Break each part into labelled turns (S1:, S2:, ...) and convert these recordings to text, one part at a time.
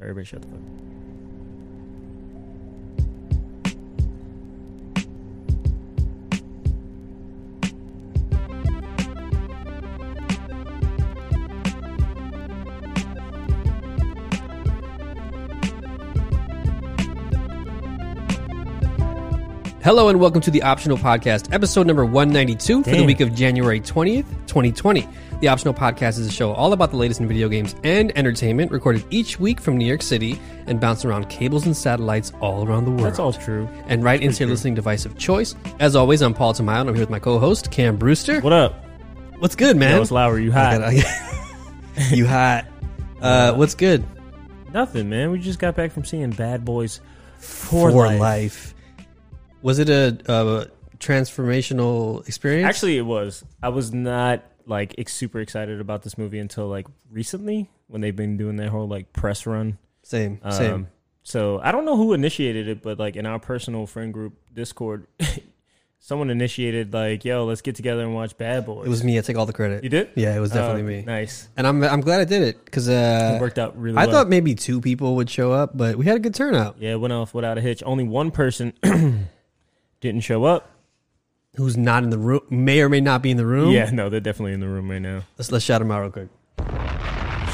S1: Everybody shut the fuck up.
S2: Hello and welcome to the Optional Podcast, episode number 192 for the
S1: Damn.
S2: week of January 20th, 2020. The Optional Podcast is a show all about the latest in video games and entertainment, recorded each week from New York City and bounced around cables and satellites all around the world.
S1: That's all true.
S2: And right into your listening device of choice. As always, I'm Paul Tamayo and I'm here with my co host, Cam Brewster.
S1: What up?
S2: What's good,
S1: That
S2: man?
S1: was Lowry. You hot?
S2: you hot. Uh, what's good?
S1: Nothing, man. We just got back from seeing Bad Boys for, life.
S2: Was it a, a transformational experience?
S1: Actually, it was. I was not like ex- super excited about this movie until like recently when they've been doing that whole like press run.
S2: same,
S1: Um,
S2: same.
S1: So I don't know who initiated it, but like in our personal friend group Discord, someone initiated like, "Yo, let's get together and watch Bad Boys."
S2: It was me. I take all the credit.
S1: You did?
S2: Yeah, it was definitely
S1: Uh,
S2: me.
S1: Nice.
S2: And I'm I'm glad I did it because uh,
S1: it worked out really.
S2: I
S1: well.
S2: thought maybe two people would show up, but we had a good turnout.
S1: Yeah, it went off without a hitch. Only one person didn't show up.
S2: Who's not in the room? May or may not be in the room.
S1: Yeah, no, they're definitely in the room right now.
S2: Let's let's shout him out real quick.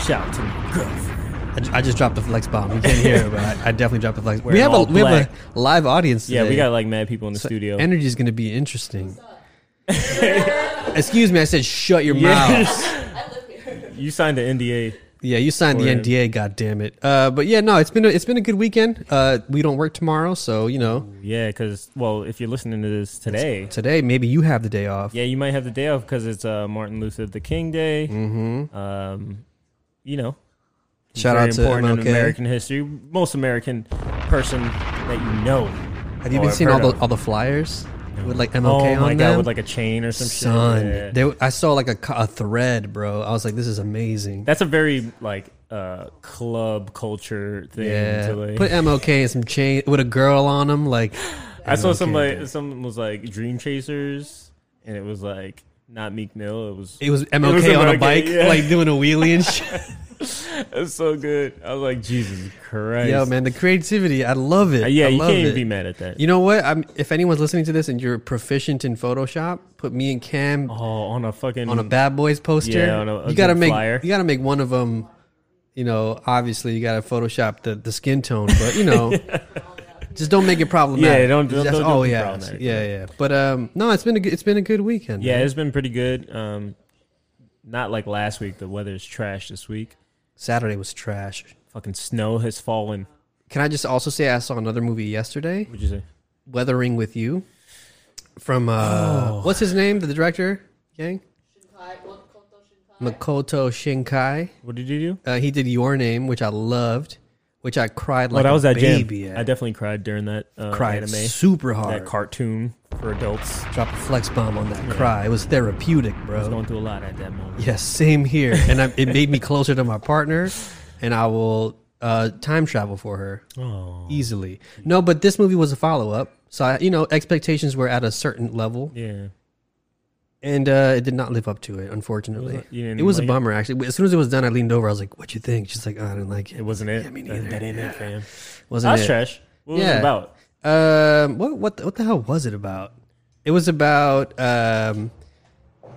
S1: Shout out to my girlfriend.
S2: I, ju- I just dropped the flex bomb. You can't hear it, but I, I definitely dropped the flex. we
S1: Wearing
S2: have a
S1: all
S2: we have
S1: black.
S2: a live audience.
S1: Yeah,
S2: today.
S1: we got like mad people in the
S2: So
S1: studio.
S2: Energy is going to be interesting. Excuse me, I said shut your mouth.
S1: you signed the NDA.
S2: Yeah, you signed the
S1: Or-
S2: NDA. God damn it. Uh, but yeah, no, it's been a, it's been a good weekend. Uh, we don't work tomorrow, so you know
S1: Yeah, because well, if you're listening to this today,
S2: today maybe you have the day off.
S1: yeah, you might have the day off because it's uh, Martin Luther the King Day. Mm-hmm. Um, you know,
S2: Shout
S1: very
S2: out to
S1: important in
S2: MLK.
S1: American history. Most American person that you know.
S2: Have you been
S1: or
S2: seeing all
S1: Oh, heard
S2: the
S1: of.
S2: all the flyers with like
S1: Oh
S2: MLK
S1: my
S2: on
S1: god,
S2: them?
S1: with like a chain or some
S2: Son,
S1: shit. Yeah.
S2: they, I saw like a, co- a thread, bro. I was like, this is amazing.
S1: That's a very like uh club culture thing.
S2: Yeah,
S1: To, like,
S2: put MLK in some chain with a girl on them. Like,
S1: I saw
S2: MLK,
S1: somebody.
S2: dude.
S1: Someone was like Dream Chasers, and it was like not Meek Mill. It was
S2: It was MLK on a
S1: MLK,
S2: bike,
S1: yeah.
S2: like doing a wheelie and shit.
S1: it was so good. I was like Jesus Christ.
S2: Yo, man, the creativity, I love it.
S1: Uh, yeah,
S2: I
S1: you
S2: love
S1: can't even
S2: it.
S1: be mad at that.
S2: You know what? I'm, if anyone's listening to this and you're proficient in Photoshop, put me and Cam
S1: oh, on a fucking
S2: on a Bad Boys poster.
S1: Yeah, on a- a
S2: you gotta
S1: good
S2: make
S1: flyer.
S2: you gotta make one of them. You know, obviously you gotta Photoshop the, the skin tone, but you know, just don't make it problematic.
S1: Yeah, don't- don't-
S2: That's-
S1: don't
S2: oh
S1: do
S2: yeah,
S1: problematic.
S2: yeah, yeah. But um, no, it's been a good, it's been a good weekend.
S1: yeah,
S2: man.
S1: it's been pretty good. Um, not like last week. The weather's trash this week.
S2: Saturday was trash.
S1: Fucking snow has fallen.
S2: Can I just also say I saw another movie yesterday,
S1: Would you say?
S2: Weathering with You, from uh,
S1: Oh.
S2: what's his name, the director, Yang Makoto Shinkai.
S1: What did you do?
S2: Uh, he did Your Name, which I loved, which I cried like
S1: oh, that was
S2: a
S1: that
S2: baby.
S1: jam.
S2: at.
S1: I definitely cried during that uh,
S2: cried
S1: anime.
S2: super hard.
S1: that cartoon for adults. I
S2: Drop a flex bomb on that cry. It was therapeutic,
S1: was
S2: bro.
S1: going through a lot at that moment.
S2: Yeah, same here. And I, it made me closer to my partner, and I will uh, time travel for her
S1: Oh.
S2: easily. No, but this movie was a follow up. So, I, you know, expectations were at a certain level,
S1: Yeah.
S2: and uh, it did not live up to it, unfortunately.
S1: You didn't
S2: It was a
S1: like
S2: bummer, actually. As soon as it was done, I leaned over. I was like, what you think? She's like, "Oh, I didn't like
S1: It
S2: it.
S1: wasn't it.
S2: me
S1: That-
S2: neither.
S1: That ain't it, fam.
S2: Wasn't
S1: That's
S2: it?
S1: trash. What was
S2: Yeah.
S1: it about?
S2: Um, what what the, what the hell was it about? It was about um,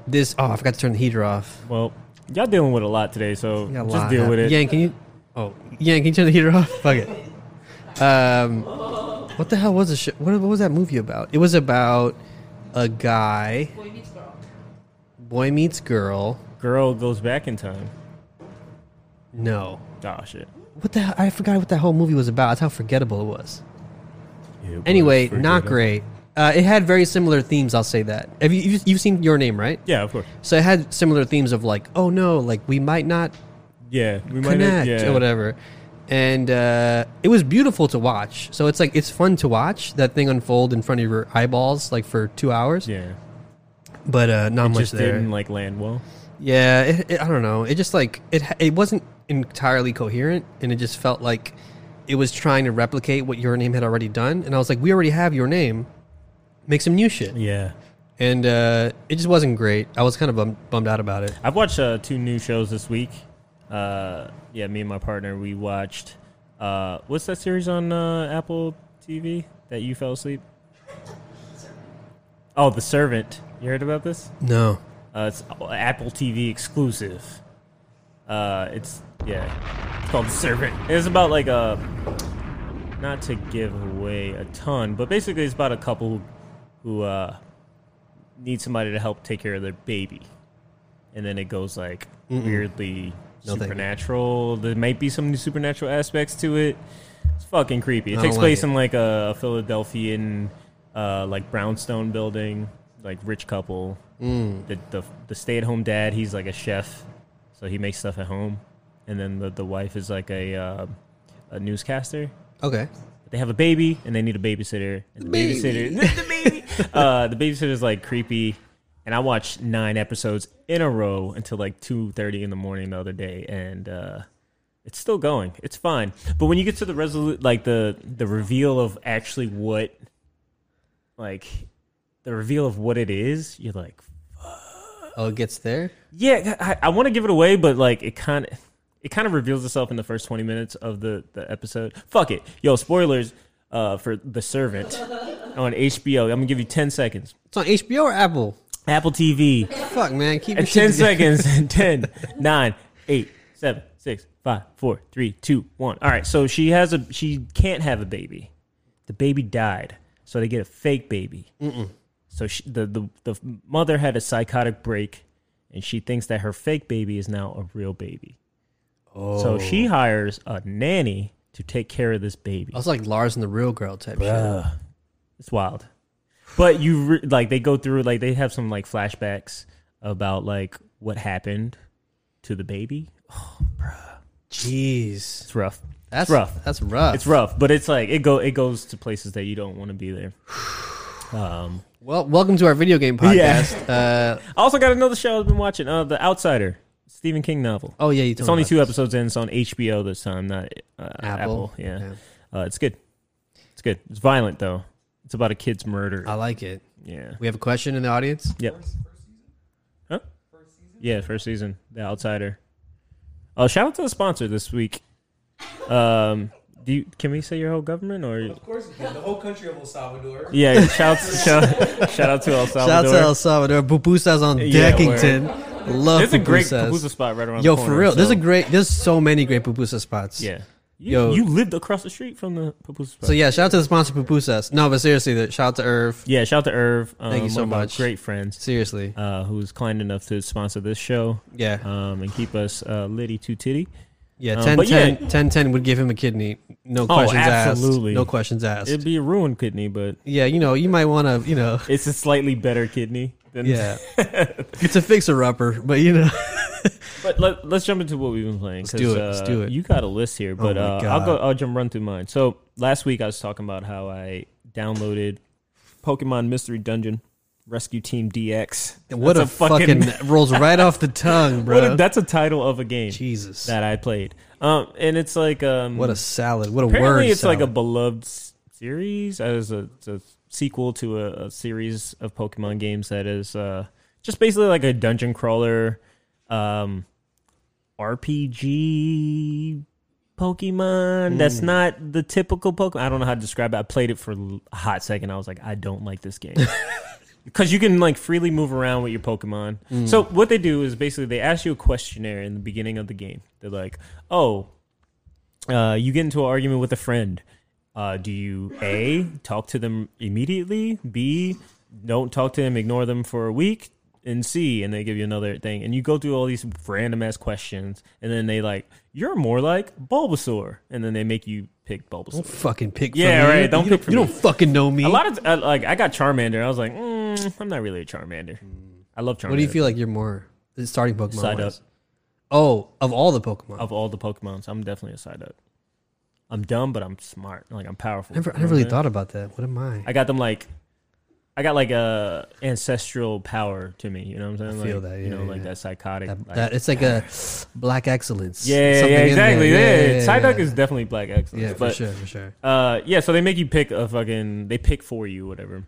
S2: this. Oh, I forgot to turn the heater off.
S1: Well, y'all dealing with a lot today, so
S2: We got a
S1: just
S2: lot
S1: deal with it.
S2: happening. Yan, can you? Oh, Yan, can you turn the heater off? Fuck it. Um, what the hell was the sh- what, what was that movie about? It was about a guy. Boy meets girl. Boy meets girl.
S1: Girl goes back in time.
S2: No.
S1: Oh shit.
S2: What the hell? I forgot what that whole movie was about. That's how forgettable it was.
S1: Yeah, boy,
S2: Anyway,
S1: freak
S2: not
S1: it up.
S2: great. Uh, it had very similar themes. I'll say that. Have you you've, you've seen Your Name, right?
S1: Yeah, of course.
S2: So it had similar themes of like, oh no, like we might not
S1: Yeah, we might have,
S2: connect
S1: yeah.
S2: or whatever. And uh, it was beautiful to watch. So it's like it's fun to watch that thing unfold in front of your eyeballs like for two hours.
S1: Yeah,
S2: But uh, not much
S1: just
S2: there.
S1: didn't like land well.
S2: Yeah, it, it, I don't know. It just like it ha- it wasn't entirely coherent, and it just felt like it was trying to replicate what Your Name had already done. And I was like, we already have Your Name. Make some new shit.
S1: Yeah,
S2: And uh, it just wasn't great. I was kind of bum- bummed out about it.
S1: I've watched uh, two new shows this week. Uh, yeah, me and my partner we watched Uh, what's that series on uh, Apple TV that you fell asleep? Oh, The Servant. You heard about this?
S2: No.
S1: Uh, it's Apple TV exclusive. Uh, it's yeah, it's called The Servant. It's about like a not to give away a ton, but basically it's about a couple who, who uh, need somebody to help take care of their baby, and then it goes like weirdly
S2: No, thank you.
S1: supernatural. There might be some supernatural aspects to it. It's fucking creepy. It
S2: I
S1: takes
S2: don't like
S1: place
S2: it.
S1: in like a Philadelphian, uh, like brownstone building, like rich couple.
S2: Mm.
S1: The the, the stay at home dad, he's like a chef, so he makes stuff at home, and then the, the wife is like a uh, a newscaster.
S2: Okay.
S1: But they have a baby and they need a babysitter. And the
S2: Baby.
S1: babysitter, the baby, uh, the babysitter's like creepy. And I watched nine episodes in a row until like two thirty in the morning the other day, and uh, it's still going. It's fine. But when you get to the resolute, like the the reveal of actually what, like, the reveal of what it is, you're like,
S2: Oh, it gets there.
S1: yeah, I, I want to give it away, but like it kind of it kind of reveals itself in the first twenty minutes of the the episode. Fuck it, yo, spoilers uh, for The Servant on HBO. I'm gonna give you ten seconds.
S2: It's on HBO or Apple.
S1: Apple TV.
S2: Fuck, man. Keep your
S1: And
S2: shit
S1: ten
S2: together.
S1: seconds. Ten, nine, eight, seven, six, five, four, three, two, one. All right. So she has a. She can't have a baby. The baby died, so they get a fake baby. So she, the the the mother had a psychotic break, and she thinks that her fake baby is now a real baby. So she
S2: Oh.
S1: hires a nanny to take care of this baby.
S2: I was like Lars and the Real Girl type shit.
S1: Ugh. It's wild. But you re- like they go through like they have some like flashbacks about like what happened to the baby.
S2: Jeez.
S1: It's rough.
S2: That's
S1: it's rough.
S2: That's rough.
S1: It's rough, but it's like it go it goes to places that you don't want to be there. Um,
S2: Well, welcome to our video game
S1: Yeah.
S2: podcast. Uh,
S1: I also got another show I've been watching, uh, The Outsider, Stephen King novel.
S2: oh yeah, you. told
S1: it's
S2: me
S1: only
S2: about
S1: two
S2: this.
S1: episodes in. It's on HBO this time, not uh,
S2: Apple.
S1: Apple. Yeah, Uh, it's good. It's good. It's violent though. It's about a kid's murder.
S2: I like it.
S1: yeah.
S2: We have a question in the audience.
S1: Yep. Huh? Yeah, first season, The Outsider. Oh, shout out to the sponsor this week. Um, do you, can we say your whole government or
S3: Of course, we can. The whole country of El Salvador.
S1: yeah? Shout shout, shout out to El
S2: Shout
S1: Salvador.
S2: out to El Salvador. Pupusas on
S1: Yeah,
S2: Deckington. Love
S1: There's a great
S2: pupusas.
S1: pupusa spot right around.
S2: Yo,
S1: the
S2: for
S1: corner,
S2: real. There's
S1: so-
S2: a great. There's so many great pupusa spots.
S1: yeah. You,
S2: Yo.
S1: you lived across the street from the pupusa spot.
S2: So yeah, shout out to the sponsor pupusas. No, but seriously, the, shout out to Irv.
S1: yeah, shout out to Irv. Um,
S2: Thank you so
S1: one of our
S2: much.
S1: Great friends.
S2: Seriously.
S1: Uh, who's kind enough to sponsor this show
S2: Yeah.
S1: um, and keep us uh, litty to titty?
S2: Yeah,
S1: Um,
S2: 10,
S1: but yeah. Oh,
S2: 10 10 10 would give him a kidney. No questions
S1: absolutely.
S2: asked. No questions asked.
S1: It'd be a ruined kidney, but
S2: yeah, you know, you might want to, you know,
S1: it's a slightly better kidney than
S2: yeah. it's a fixer upper, but you know.
S1: But let, let's jump into what we've been playing.
S2: Let's do
S1: 'cause,
S2: it, let's
S1: uh,
S2: do it. Oh
S1: You got a list here, but
S2: my
S1: uh, I'll go.
S2: God.
S1: I'll jump run through mine. So last week I was talking about how I downloaded Pokemon Mystery Dungeon Rescue Team DX.
S2: What a,
S1: That's
S2: fucking, rolls right off the tongue,
S1: what a-
S2: bro.
S1: that's a title of a game
S2: Jesus.
S1: that I played. Um, and it's like um,
S2: what a salad. What a
S1: apparently
S2: word.
S1: it's like a
S2: salad.
S1: beloved s- series. It was a, it's a sequel to a, a series of Pokemon games that is uh, just basically like a dungeon crawler, um, RPG Pokemon.
S2: Hmm.
S1: That's not the typical Pokemon. I don't know how to describe it. I played it for l- a hot second. I was like, I don't like this game. Because you can like freely move around with your Pokemon. So
S2: Mm.
S1: what they do is basically they ask you a questionnaire in the beginning of the game. They're like, "Oh, uh, you get into an argument with a friend. Uh, do you A, talk to them immediately? B, don't talk to them, ignore them for a week? And C, and they give you another thing. And you go through all these random ass questions. And then they like, you're more like Bulbasaur. And then they make you pick Bulbasaur.
S2: Don't fucking pick
S1: Yeah,
S2: for me.
S1: right,
S2: You-
S1: don't
S2: you
S1: pick for
S2: You
S1: me.
S2: don't fucking know me.
S1: A lot of, uh, like, I got Charmander. I was like, mm, I'm not really a Charmander. I love Charmander.
S2: Mm. what do you feel like you're more the starting Pokemon?
S1: Side up.
S2: wise? Oh, of all the Pokemon.
S1: Of all the Pokemons, I'm definitely a side up. I'm dumb, but I'm smart. Like, I'm powerful.
S2: I never, I
S1: You know
S2: never
S1: what
S2: really
S1: I'm saying?
S2: thought about that. What am I?
S1: I got them like I got like a ancestral power to me. You know what I'm saying?
S2: I feel
S1: like,
S2: that,
S1: you
S2: yeah,
S1: know,
S2: yeah,
S1: like
S2: yeah.
S1: that psychotic.
S2: That,
S1: like-
S2: that- it's like a black excellence.
S1: yeah, yeah,
S2: Something
S1: yeah,
S2: in there.
S1: exactly. Yeah, yeah, Psyduck
S2: yeah.
S1: is definitely black excellence.
S2: Yeah, for
S1: but,
S2: sure, for sure.
S1: Uh, yeah. So they make you pick a fucking. They pick for you, whatever.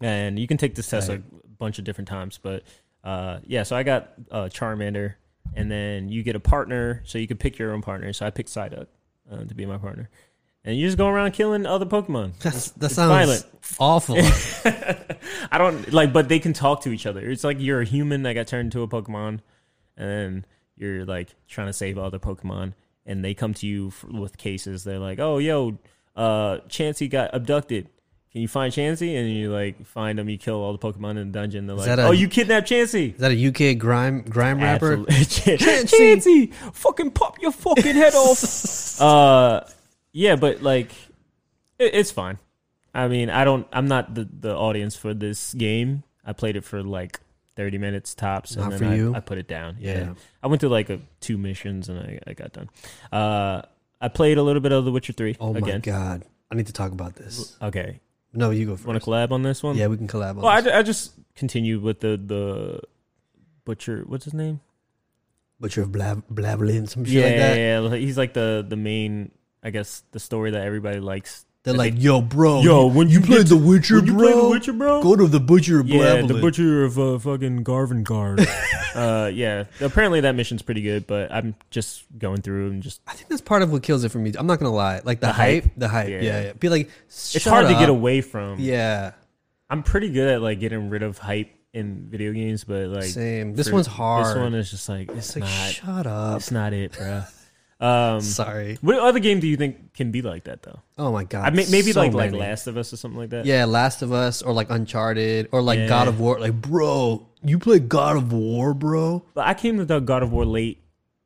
S1: And you can take this test
S2: Right.
S1: a bunch of different times, but uh, yeah. So I got uh, Charmander, and then you get a partner, so you can pick your own partner. So I picked Psyduck. um, to be my partner. And you just go around killing other Pokemon.
S2: That's, that
S1: It's
S2: sounds
S1: violent.
S2: awful.
S1: I don't like, but they can talk to each other. It's like you're a human that got turned into a Pokemon, and you're like trying to save other Pokemon, and they come to you f with cases. They're like, "Oh, yo, uh, Chansey got abducted. Can you find Chansey?" And you like find him. You kill all the Pokemon in the dungeon. They're like,
S2: that a-
S1: "Oh, you kidnapped Chansey."
S2: Is that a UK grime grime rapper?
S1: Absolute- Chansey, fucking pop your fucking head off. uh, yeah, but like, it, it's fine. I mean, I don't. I'm not the the audience for this game. I played it for like 30 minutes tops,
S2: Not
S1: and
S2: for
S1: then I,
S2: you?
S1: I put it down. Yeah.
S2: Yeah.
S1: I went through like a, two missions, and I, I got done. Uh, I played a little bit of The Witcher Three
S2: Oh my
S1: again.
S2: god, I need to talk about this.
S1: Okay,
S2: No, you go
S1: want
S2: first.
S1: to collab on this one?
S2: Yeah, we can collab. On
S1: Well, I,
S2: this.
S1: ju- I just continued with the the butcher. What's his name?
S2: but you're blab blabbling some shit
S1: yeah,
S2: like that.
S1: yeah, yeah. He's like the the main, I guess, the story that everybody likes.
S2: They're
S1: I
S2: like,
S1: think-
S2: yo, bro,
S1: Yo, when you get
S2: played The Witcher,
S1: when you play
S2: bro,
S1: The Witcher, bro.
S2: go to the butcher.
S1: yeah, the
S2: Blablin."
S1: butcher of uh, fucking Garvengard. uh, yeah. Apparently that mission's pretty good, but I'm just going through and just.
S2: I think that's part of what kills it for me. I'm not gonna lie, like the, hype, the hype. Yeah,
S1: Yeah.
S2: yeah. be like,
S1: It's hard to get
S2: away.
S1: away from.
S2: Yeah,
S1: I'm pretty good at like getting rid of hype in video games, but like
S2: same. This
S1: for-
S2: one's hard.
S1: This one is just like it's,
S2: it's like,
S1: not.
S2: shut up.
S1: It's not it, bro. Um,
S2: Sorry.
S1: what other game do you think can be like that though?
S2: Oh my god.
S1: I may, maybe
S2: so
S1: like like
S2: many.
S1: Last of Us or something like that.
S2: Yeah, Last of Us or like Uncharted or like
S1: Yeah.
S2: God of War. Like, bro, you play God of War, bro?
S1: But I came to the God of War late,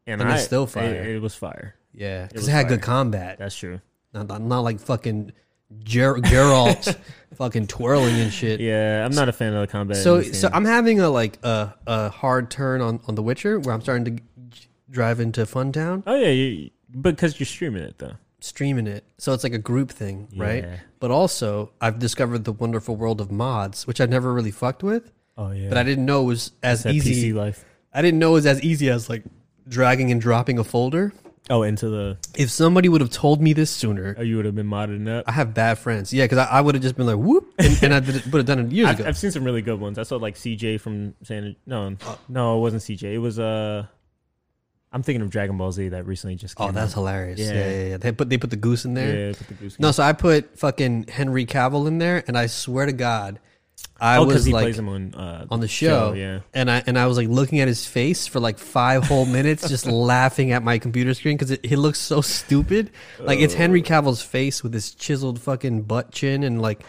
S1: and,
S2: And
S1: I
S2: it's still fire.
S1: It, it was fire.
S2: Yeah, because
S1: was
S2: it, had
S1: fire.
S2: good combat.
S1: That's true.
S2: Not, not, not like fucking Ger- Geralt fucking twirling and shit.
S1: Yeah, I'm not a fan of the combat.
S2: So
S1: in this
S2: so
S1: game.
S2: I'm having a like a, a hard turn on, on The Witcher where I'm starting to g- drive into Funtown,
S1: oh yeah, you, because you're streaming it though.
S2: streaming it. So it's like a group thing, right?
S1: Yeah.
S2: But also, I've discovered the wonderful world of mods, which I've never really fucked with,
S1: Oh yeah,
S2: but I didn't know was as
S1: that
S2: easy.
S1: PC life.
S2: I didn't know it was as easy as like dragging and dropping a folder.
S1: Oh, into the
S2: If somebody would have told me this sooner,
S1: oh, you would have been modding up.
S2: I have bad friends. Yeah, because I, I would have just been like, whoop, and, and I did it- would have done it years
S1: I've,
S2: ago.
S1: I've seen some really good ones. I saw like CJ from San. No,
S2: Uh.
S1: no, it wasn't CJ. It was uh, I'm thinking of Dragon Ball Z that recently just. Came
S2: Oh, that's
S1: out.
S2: hilarious. Yeah.
S1: Yeah.
S2: yeah, yeah, They put they put the goose in there.
S1: yeah. Put the goose
S2: No,
S1: game.
S2: so I put fucking Henry Cavill in there, and I swear to God, I
S1: oh, because
S2: was
S1: he
S2: like
S1: plays him on uh,
S2: on the show,
S1: Yeah,
S2: and I and I was like looking at his face for like five whole minutes, just laughing at my computer screen because he looks so stupid. Like it's Henry Cavill's face with his chiseled fucking butt chin and like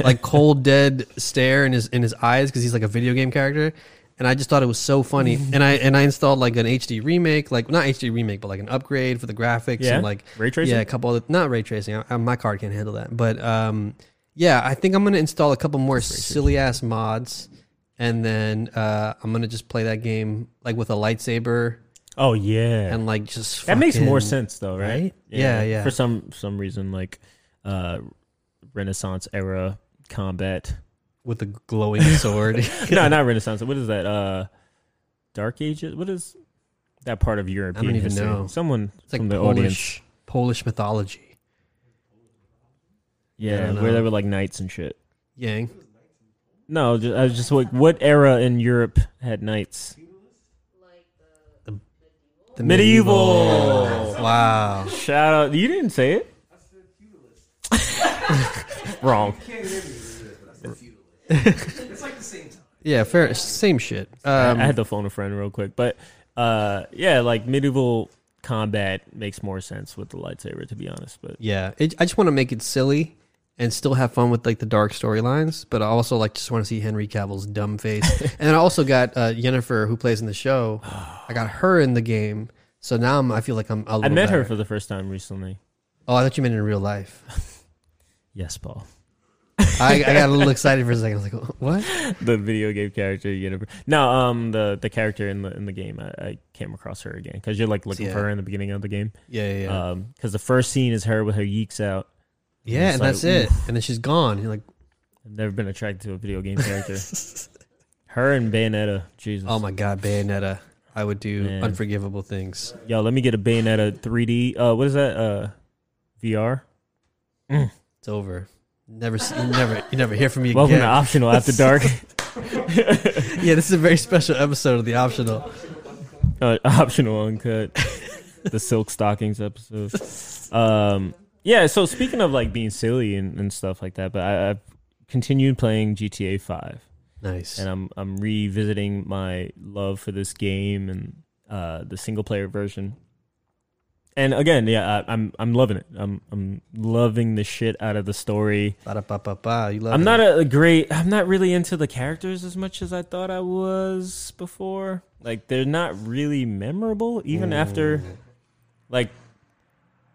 S2: like cold dead stare in his in his eyes because he's like a video game character. And I just thought it was so funny, and I and I installed like an HD remake, like not HD remake, but like an upgrade for the graphics
S1: Yeah?
S2: and like
S1: Ray tracing?
S2: Yeah, a couple of not ray tracing. I, I, my card can't handle that, but um, yeah, I think I'm gonna install a couple more silly ass mods and then uh, I'm gonna just play that game like with a lightsaber
S1: Oh yeah.
S2: and like just
S1: That makes more
S2: fucking-
S1: sense though, right?
S2: right? Yeah, yeah.
S1: For some some reason, like uh Renaissance era combat.
S2: with a glowing sword.
S1: no, not Renaissance. What is that? Uh Dark Ages? What is that part of European
S2: even
S1: history?
S2: know.
S1: Someone
S2: It's like
S1: from the
S2: Polish,
S1: audience.
S2: Polish mythology. I
S1: Yeah,
S2: don't
S1: where
S2: know.
S1: they were like knights and shit.
S2: Yang.
S1: No, just, I was just like, what era in Europe had knights?
S2: The
S1: Medieval.
S2: Wow.
S1: Shout out! You didn't say it. Wrong.
S3: It's like the same time.
S2: Yeah, fair same shit.
S1: I
S2: Um,
S1: had to phone a friend real quick, but uh, yeah, like medieval combat makes more sense with the lightsaber, to be honest. But
S2: yeah. It, I just wanna make it silly and still have fun with like the dark storylines, but I also like just want to see Henry Cavill's dumb face. and I also got uh Yennefer who plays in the show. I got her in the game. So now I'm, I feel like I'm a little
S1: I met
S2: better.
S1: her for the first time recently.
S2: Oh, I thought you meant in real life.
S1: Yes, Paul.
S2: I, I got a little excited for a second. I was like, what?
S1: The video game character you never No, um the the character in the in the game. I, I came across her again cuz you're like looking
S2: Yeah.
S1: for her in the beginning of the game.
S2: Yeah, yeah,
S1: Um
S2: yeah.
S1: 'cause cuz the first scene is her with her yeeks out.
S2: yeah,
S1: it's
S2: and
S1: like,
S2: that's it. And then she's gone. You're like,
S1: I've never been attracted to a video game character. her and Bayonetta. Jesus.
S2: oh my God, Bayonetta. I would do
S1: Man.
S2: unforgivable things.
S1: Yo, let me get a Bayonetta 3D. Uh what is that? Uh VR?
S2: It's over. Never, see, you never, you never hear from me
S1: Welcome to
S2: again.
S1: Optional After Dark.
S2: yeah, this is a very special episode of the optional.
S1: Oh, uh, optional uncut. the silk stockings episode. Um, yeah. So speaking of like being silly and, and stuff like that, but I, I've continued playing GTA Five,
S2: Nice.
S1: and I'm I'm revisiting my love for this game and uh, the single player version. And again, yeah, I, I'm I'm loving it. I'm I'm loving the shit out of the story.
S2: Ba-da-ba-ba-ba. You love
S1: I'm
S2: it.
S1: not a, a great. I'm not really into the characters as much as I thought I was before. Like they're not really memorable, even
S2: Mm.
S1: after, like,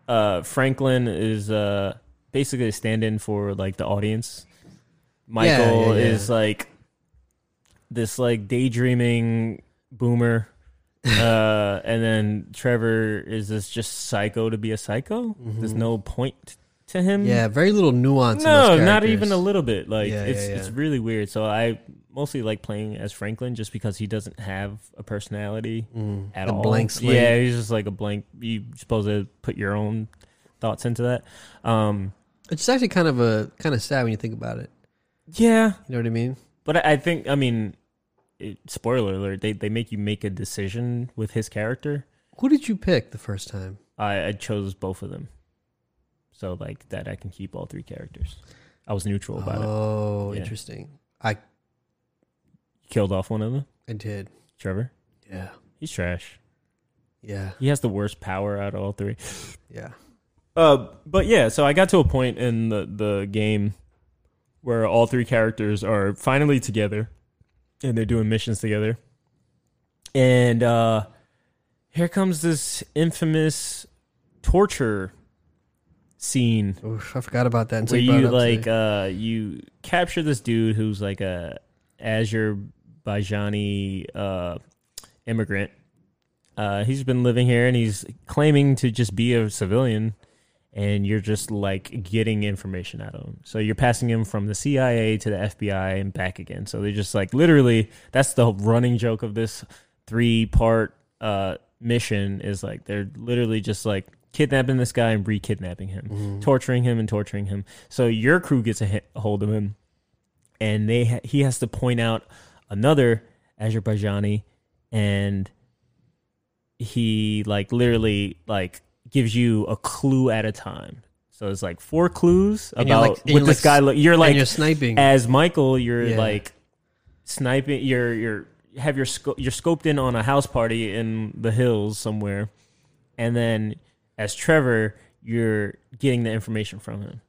S1: uh, Franklin is uh basically a stand-in for like the audience.
S2: yeah,
S1: Michael
S2: yeah.
S1: is like this like daydreaming boomer. uh, and then Trevor is this just psycho to be a psycho? There's no point to him
S2: Mm-hmm. Yeah, very little nuance. in
S1: no
S2: those
S1: not
S2: characters.
S1: even a little bit like
S2: Yeah,
S1: it's
S2: yeah,
S1: it's
S2: yeah.
S1: really weird so i mostly like playing as franklin just because he doesn't have a personality at
S2: A
S1: all
S2: Mm, blank slate.
S1: yeah he's just like a blank you're supposed to put your own thoughts into that um
S2: It's actually kind of a kind of sad when you think about it.
S1: yeah
S2: You know what I mean?
S1: but i, I think i mean it, spoiler alert they, they make you make a decision with his character
S2: Who did you pick the first time?
S1: i i chose both of them so like that i can keep all three characters i was neutral about it
S2: Oh,
S1: Yeah.
S2: interesting. I
S1: killed off one of them
S2: I did.
S1: trevor
S2: Yeah.
S1: he's trash
S2: Yeah.
S1: He has the worst power out of all three.
S2: Yeah.
S1: Uh, but yeah, so I got to a point in the, the game where all three characters are finally together and they're doing missions together. And uh, here comes this infamous torture scene
S2: Oof, I forgot about that until
S1: where
S2: you, brought
S1: you
S2: it up
S1: like
S2: today.
S1: uh, you capture this dude who's like a Azerbaijani uh, immigrant. Uh, he's been living here and he's claiming to just be a civilian, and you're just like getting information out of him. So you're passing him from the CIA to the FBI and back again. So they just like literally that's the running joke of this three part uh, mission is like they're literally just like kidnapping this guy and re-kidnapping him,
S2: Mm-hmm.
S1: torturing him and torturing him. So your crew gets a, hit, a hold of him, and they ha- he has to point out another Azerbaijani, and he like literally like gives you a clue at a time. So it's like four clues
S2: you're
S1: about
S2: like- and
S1: what
S2: you're
S1: this
S2: like-
S1: guy look. You're
S2: and
S1: like
S2: you're sniping.
S1: as Michael, you're
S2: Yeah.
S1: like sniping. You're you're have your sco- you're scoped in on a house party in the hills somewhere, and then as Trevor, you're getting the information from him,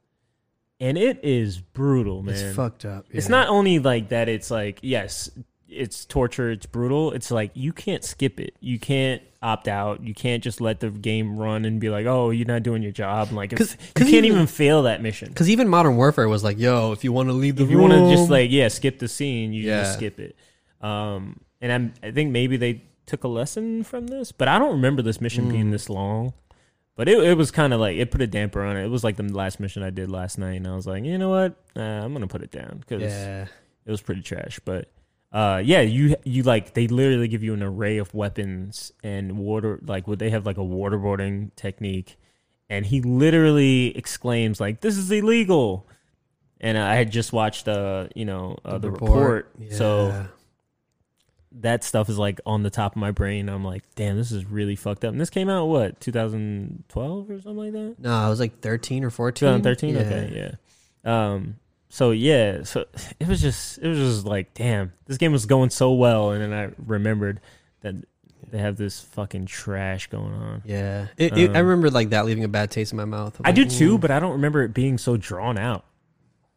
S1: and it is brutal, man.
S2: it's fucked up.
S1: It's
S2: yeah.
S1: not only like that. It's like yes, it's torture. It's brutal. It's like you can't skip it. You can't opt out. You can't just let the game run and be like, oh, you're not doing your job. Like it's,
S2: 'Cause-
S1: you
S2: 'cause
S1: can't
S2: even-
S1: even fail that mission
S2: because even Modern Warfare was like, "Yo, if you want to leave the
S1: if you
S2: room,
S1: want to just like yeah skip the scene you
S2: Yeah.
S1: just skip it um and I'm, i think maybe they took a lesson from this but i don't remember this mission being
S2: Mm.
S1: this long but it, it was kind of like it put a damper on it it was like the last mission i did last night and i was like you know what uh, i'm gonna put it down because
S2: yeah,
S1: it was pretty trash but uh yeah you you like they literally give you an array of weapons and water like would they have like a waterboarding technique and he literally exclaims like this is illegal and i had just watched uh you know uh, the, report, so
S2: Yeah.
S1: that stuff is like on the top of my brain i'm like damn this is really fucked up and this came out what 2012 or something like that
S2: no, I was like thirteen or fourteen.
S1: 2013 okay yeah um so yeah so it was just it was just like damn this game was going so well and then i remembered that they have this fucking trash going on
S2: yeah. It, it, I remember like that leaving a bad taste in my mouth.
S1: Um,
S2: I'm
S1: i
S2: like,
S1: do too but i don't remember it being so drawn out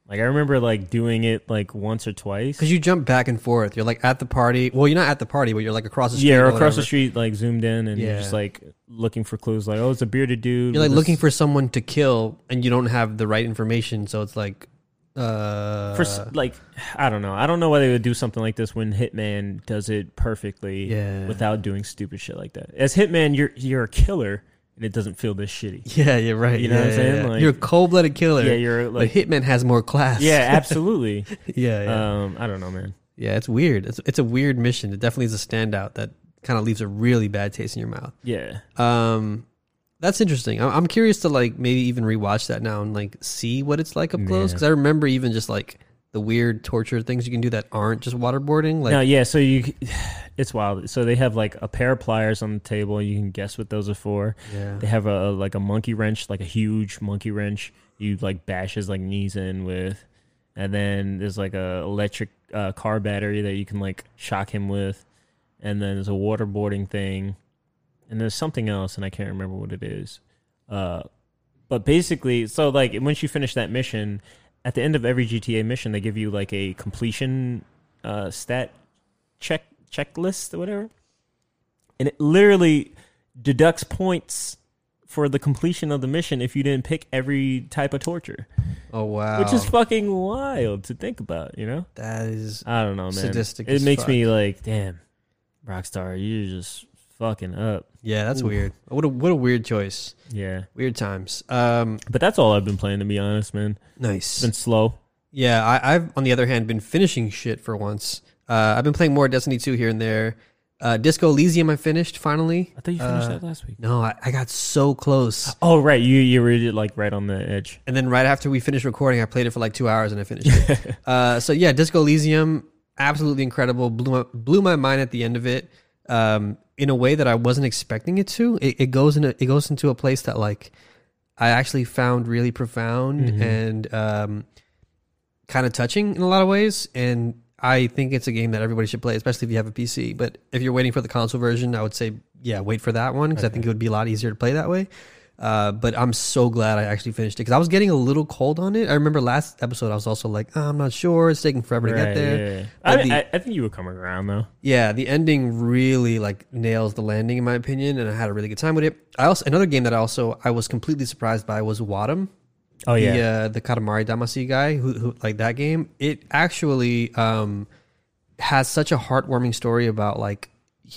S1: like i remember like doing it like once or twice
S2: Because you jump back and forth. You're like at the party. Well, you're not at the party, but you're like across the street.
S1: yeah
S2: or
S1: or across
S2: whatever.
S1: the street like zoomed in and you're
S2: Yeah.
S1: just like looking for clues like oh it's a bearded dude
S2: You're
S1: with
S2: like
S1: this-
S2: looking for someone to kill, and you don't have the right information. So it's like, uh,
S1: for s like I don't know. I don't know why they would do something like this when Hitman does it perfectly
S2: Yeah.
S1: without doing stupid shit like that. As Hitman, you're you're a killer and it doesn't feel this shitty.
S2: yeah, you're right.
S1: You know what I'm
S2: yeah,
S1: saying?
S2: yeah.
S1: Like-
S2: you're a cold blooded killer.
S1: Yeah, you're
S2: But
S1: like
S2: Hitman has more class.
S1: Yeah, absolutely.
S2: yeah, yeah.
S1: Um I don't know, man.
S2: yeah, it's weird. It's it's a weird mission. It definitely is a standout that kind of leaves a really bad taste in your mouth.
S1: Yeah.
S2: Um, that's interesting. I- I'm curious to like maybe even rewatch that now and like see what it's like up close
S1: Yeah.
S2: because I remember even just like the weird torture things you can do that aren't just waterboarding. Like
S1: no, yeah. So you, it's wild. So they have like a pair of pliers on the table, and you can guess what those are for.
S2: Yeah.
S1: They have a like a monkey wrench, like a huge monkey wrench. You like bash his like knees in with, and then there's like a electric uh, car battery that you can like shock him with, and then there's a waterboarding thing, and there's something else, and I can't remember what it is. Uh, but basically, so like once you finish that mission, at the end of every GTA mission, they give you like a completion uh, stat check checklist or whatever, and it literally deducts points for the completion of the mission if you didn't pick every type of torture,
S2: oh wow,
S1: which is fucking wild to think about. You know,
S2: that is
S1: I don't know, man.
S2: Sadistic
S1: It
S2: as
S1: makes
S2: fuck.
S1: me like, damn, Rockstar, you're just fucking up.
S2: yeah, that's weird. What a what a weird choice.
S1: Yeah,
S2: Weird times. Um,
S1: but that's all I've been playing to be honest, man. It's
S2: nice.
S1: been slow.
S2: Yeah, I, I've on the other hand been finishing shit for once. Uh, I've been playing more Destiny two here and there. Uh, Disco Elysium, I finished finally.
S1: I thought you finished
S2: Uh,
S1: that last week.
S2: No, I, I got so close.
S1: Oh right, you you were like right on the edge.
S2: And then right after we finished recording, I played it for like two hours and I finished it. uh, so yeah, Disco Elysium, absolutely incredible. Blew my, blew my mind at the end of it um, in a way that I wasn't expecting it to. It, it goes in a, it goes into a place that like I actually found really profound
S1: Mm-hmm.
S2: and um, kind of touching in a lot of ways. And I think it's a game that everybody should play, especially if you have a PC. But if you're waiting for the console version, I would say yeah, wait for that one because I think it would be a lot easier to play that way. Uh, but I'm so glad I actually finished it because I was getting a little cold on it. I remember last episode I was also like, "Oh, I'm not sure. It's taking forever to
S1: Right,
S2: get there.
S1: yeah, yeah.
S2: But
S1: I,
S2: the-
S1: I, I think you were coming around though.
S2: Yeah, the ending really like nails the landing in my opinion, and I had a really good time with it. I also another game that I also I was completely surprised by was Wadum,
S1: Oh yeah,
S2: the uh, the Katamari Damacy guy who, who like that game. It actually um, has such a heartwarming story about like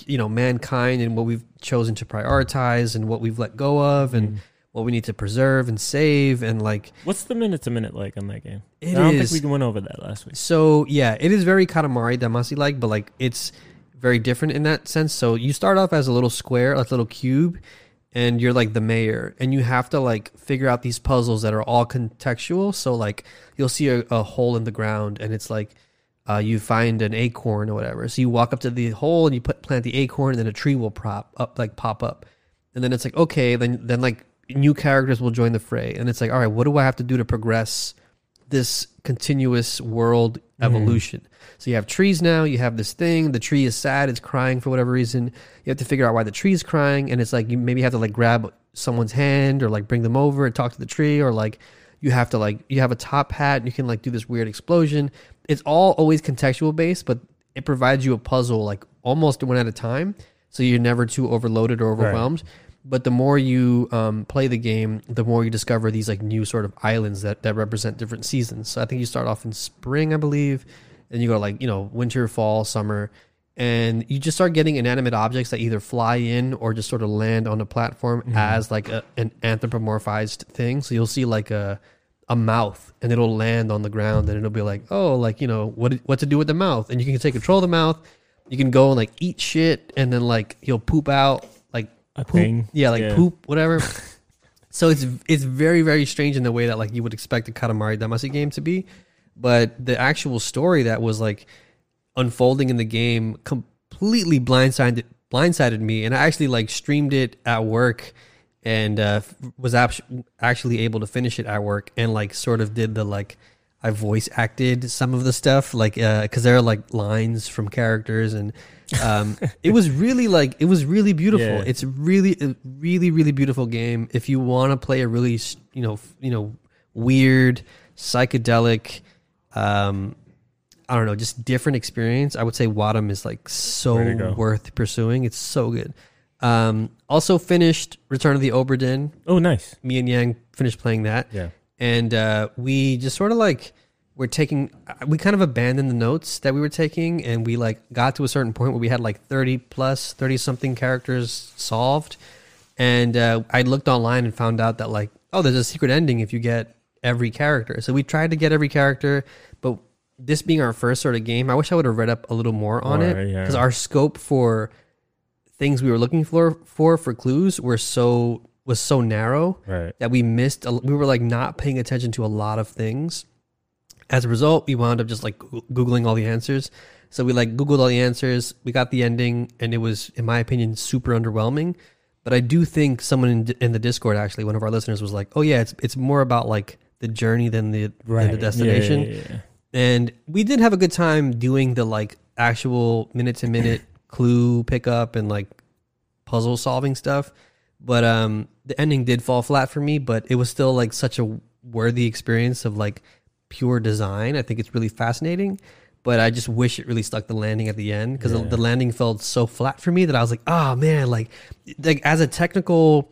S2: you know mankind and what we've chosen to prioritize and what we've let go of
S1: Mm.
S2: and what we need to preserve and save and like
S1: What's the minute to minute like on that game?
S2: It
S1: I don't
S2: is-
S1: think we went over that last week.
S2: So yeah, it is very Katamari Damacy like, but like it's very different in that sense. So you start off as a little square, a little cube, and you're like the mayor, and you have to like figure out these puzzles that are all contextual. So like you'll see a, a hole in the ground, and it's like uh, you find an acorn or whatever. So you walk up to the hole and you put plant the acorn, and then a tree will prop up, like pop up, and then it's like okay, then then like new characters will join the fray, and it's like all right, what do I have to do to progress this continuous world evolution? So you have trees now, you have this thing. The tree is sad, it's crying for whatever reason. You have to figure out why the tree's crying, and it's like you maybe have to like grab someone's hand or like bring them over and talk to the tree, or like you have to like you have a top hat and you can like do this weird explosion it's all always contextual based but it provides you a puzzle like almost one at a time so you're never too overloaded or overwhelmed but the more you um, play the game the more you discover these like new sort of islands that, that represent different seasons so i think you start off in spring i believe and you go like you know winter fall summer and you just start getting inanimate objects that either fly in or just sort of land on a platform as like a, an anthropomorphized thing. So you'll see like a a mouth and it'll land on the ground and it'll be like, oh, like you know what what to do with the mouth, and you can take control of the mouth. You can go and like eat shit, and then like he'll poop out like
S1: A
S2: poop,
S1: thing?
S2: yeah, like
S1: Yeah.
S2: poop, whatever. so it's it's very very strange in the way that like you would expect a Katamari Damacy game to be, but the actual story that was like unfolding in the game completely blindsided blindsided me and i actually like streamed it at work and uh, f- was act- actually able to finish it at work and like sort of did the like i voice acted some of the stuff like because there are like lines from characters and um, it was really like it was really beautiful
S1: Yeah.
S2: it's really a really really beautiful game if you want to play a really s- you know f- you know weird psychedelic um I don't know, just different experience. I would say Wadham is like
S1: Way to
S2: so
S1: go.
S2: worth pursuing. It's so good. Um, also finished Return of the Oberdin.
S1: Oh, nice.
S2: Me and Yang finished playing that.
S1: Yeah.
S2: And uh, we just sort of like we're taking we kind of abandoned the notes that we were taking and we like got to a certain point where we had like 30 plus 30 something characters solved and uh, i looked online and found out that like oh there's a secret ending if you get every character so we tried to get every character but this being our first sort of game i wish i would have read up a little more on it
S1: Right, yeah.
S2: because our scope for things we were looking for for for clues were so was so narrow
S1: Right.
S2: that we missed a, we were like not paying attention to a lot of things As a result, we wound up just like Goo- googling all the answers. So we like googled all the answers. We got the ending, and it was, in my opinion, super underwhelming. But I do think someone in, in the Discord, actually, one of our listeners, was like, "Oh yeah, it's it's more about like the journey than the than the destination." and we did have a good time doing the like actual minute to minute clue pickup and like puzzle solving stuff but um the ending did fall flat for me but it was still like such a worthy experience of like pure design i think it's really fascinating but i just wish it really stuck the landing at the end because the landing felt so flat for me that i was like oh man like like as a technical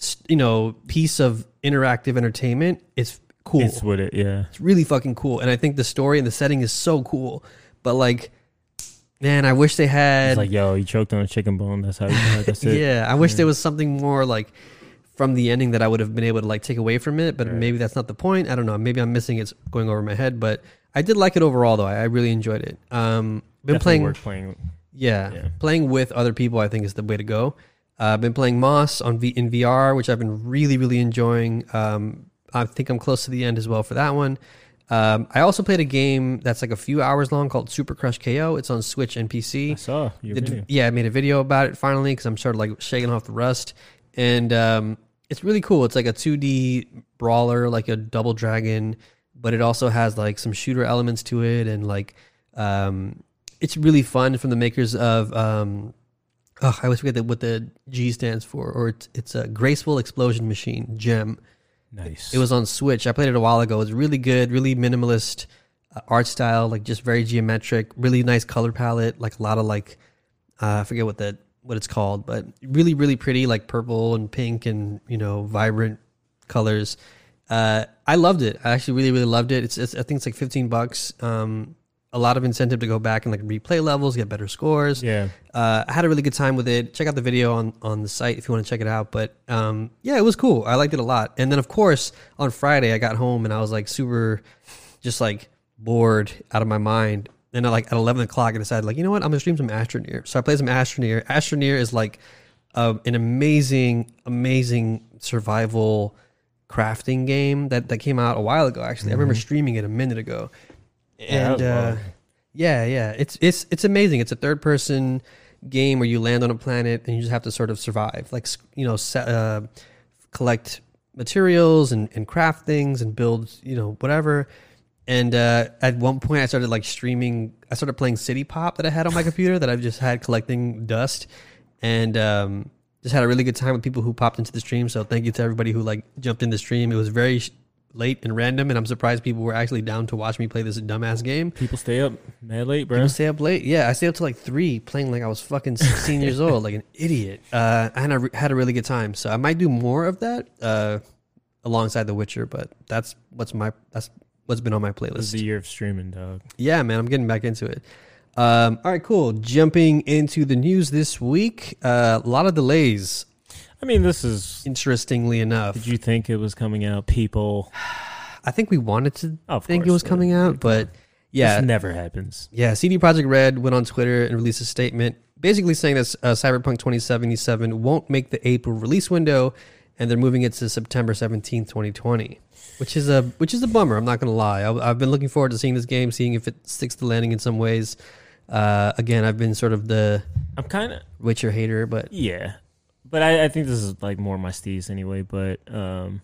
S2: s- you know piece of interactive entertainment it's cool
S1: It's what it, yeah.
S2: it's really fucking cool. And I think the story and the setting is so cool. But like, man, I wish they had.
S1: It's like, yo, you choked on a chicken bone. That's how you That's it.
S2: yeah, I wish there was something more like from the ending that I would have been able to like take away from it. But maybe that's not the point. I don't know. Maybe I'm missing it's going over my head. But I did like it overall, though. I, I really enjoyed it. Um, been
S1: Definitely
S2: playing.
S1: worth playing.
S2: Yeah.
S1: Yeah.
S2: playing with other people, I think, is the way to go. Uh, I've been playing Moss on v- in VR, which I've been really, really enjoying. Um, I think I'm close to the end as well for that one. Um, I also played a game that's like a few hours long called Super Crush KO. It's on Switch and PC.
S1: I saw your
S2: The-
S1: video.
S2: yeah, I made a video about it finally because I'm sort of like shaking off the rust, and um, it's really cool. It's like a 2D brawler, like a Double Dragon, but it also has like some shooter elements to it, and like um, it's really fun from the makers of. Um, oh, I always forget that what the G stands for, or it's it's a Graceful Explosion Machine Gem.
S1: Nice.
S2: It was on Switch. I played it a while ago. It's really good, really minimalist uh, art style, like just very geometric, really nice color palette, like a lot of like uh, I forget what that what it's called, but really really pretty, like purple and pink and you know vibrant colors. Uh, I loved it. I actually really really loved it. It's, it's I think it's like fifteen bucks. Um, a lot of incentive to go back and like replay levels, get better scores.
S1: yeah.
S2: Uh, I had a really good time with it. Check out the video on, on the site if you want to check it out. But um, yeah, it was cool. I liked it a lot. And then, of course, on Friday, I got home and I was like super, just like bored out of my mind. And I, like at 11 o'clock, I decided, like, you know what? I'm going to stream some Astroneer. So I played some Astroneer. Astroneer is like uh, an amazing, amazing survival crafting game that, that came out a while ago, actually. I remember streaming it a minute ago.
S1: Mm-hmm. Yeah,
S2: And
S1: that was
S2: uh, yeah, yeah, it's it's it's amazing. It's a third person game where you land on a planet and you just have to sort of survive, like s- you know, se- uh, collect materials and, and craft things and build you know whatever. And uh, at one point, I started like streaming. I started playing City Pop that I had on my computer that I've just had collecting dust, and um, just had a really good time with people who popped into the stream. So thank you to everybody who like jumped in the stream. It was very sh- late and random, and I'm surprised people were actually down to watch me play this dumbass game.
S1: People stay up mad late, bro.
S2: I stay up late. Yeah, I stayed up till like three playing like I was fucking 16 years old, like an idiot. Uh, and I re- had a really good time. So I might do more of that uh, alongside The Witcher, but that's what's my that's what's been on my
S1: This is the
S2: playlist.
S1: year of streaming, dog.
S2: Yeah, man, I'm getting back into it. Um, all right, cool. Jumping into the news this week, uh, a lot of delays.
S1: I mean, this is.
S2: Interestingly enough,
S1: Did you think it was coming out? People.
S2: I think we wanted to
S1: Of
S2: think it
S1: course,
S2: was
S1: yeah.
S2: coming out, but yeah,
S1: This never happens.
S2: Yeah, CD Projekt Red went on Twitter and released a statement basically saying that uh, Cyberpunk 2077 won't make the April release window and they're moving it to September 17th, 2020, which is a which is a bummer, I'm not going to lie. I, I've been looking forward to seeing this game, seeing if it sticks the landing in some ways. Uh, again, I've been sort of the
S1: I'm kind of.
S2: Witcher hater, but
S1: Yeah. But I, I think this is like more my steez anyway. But um,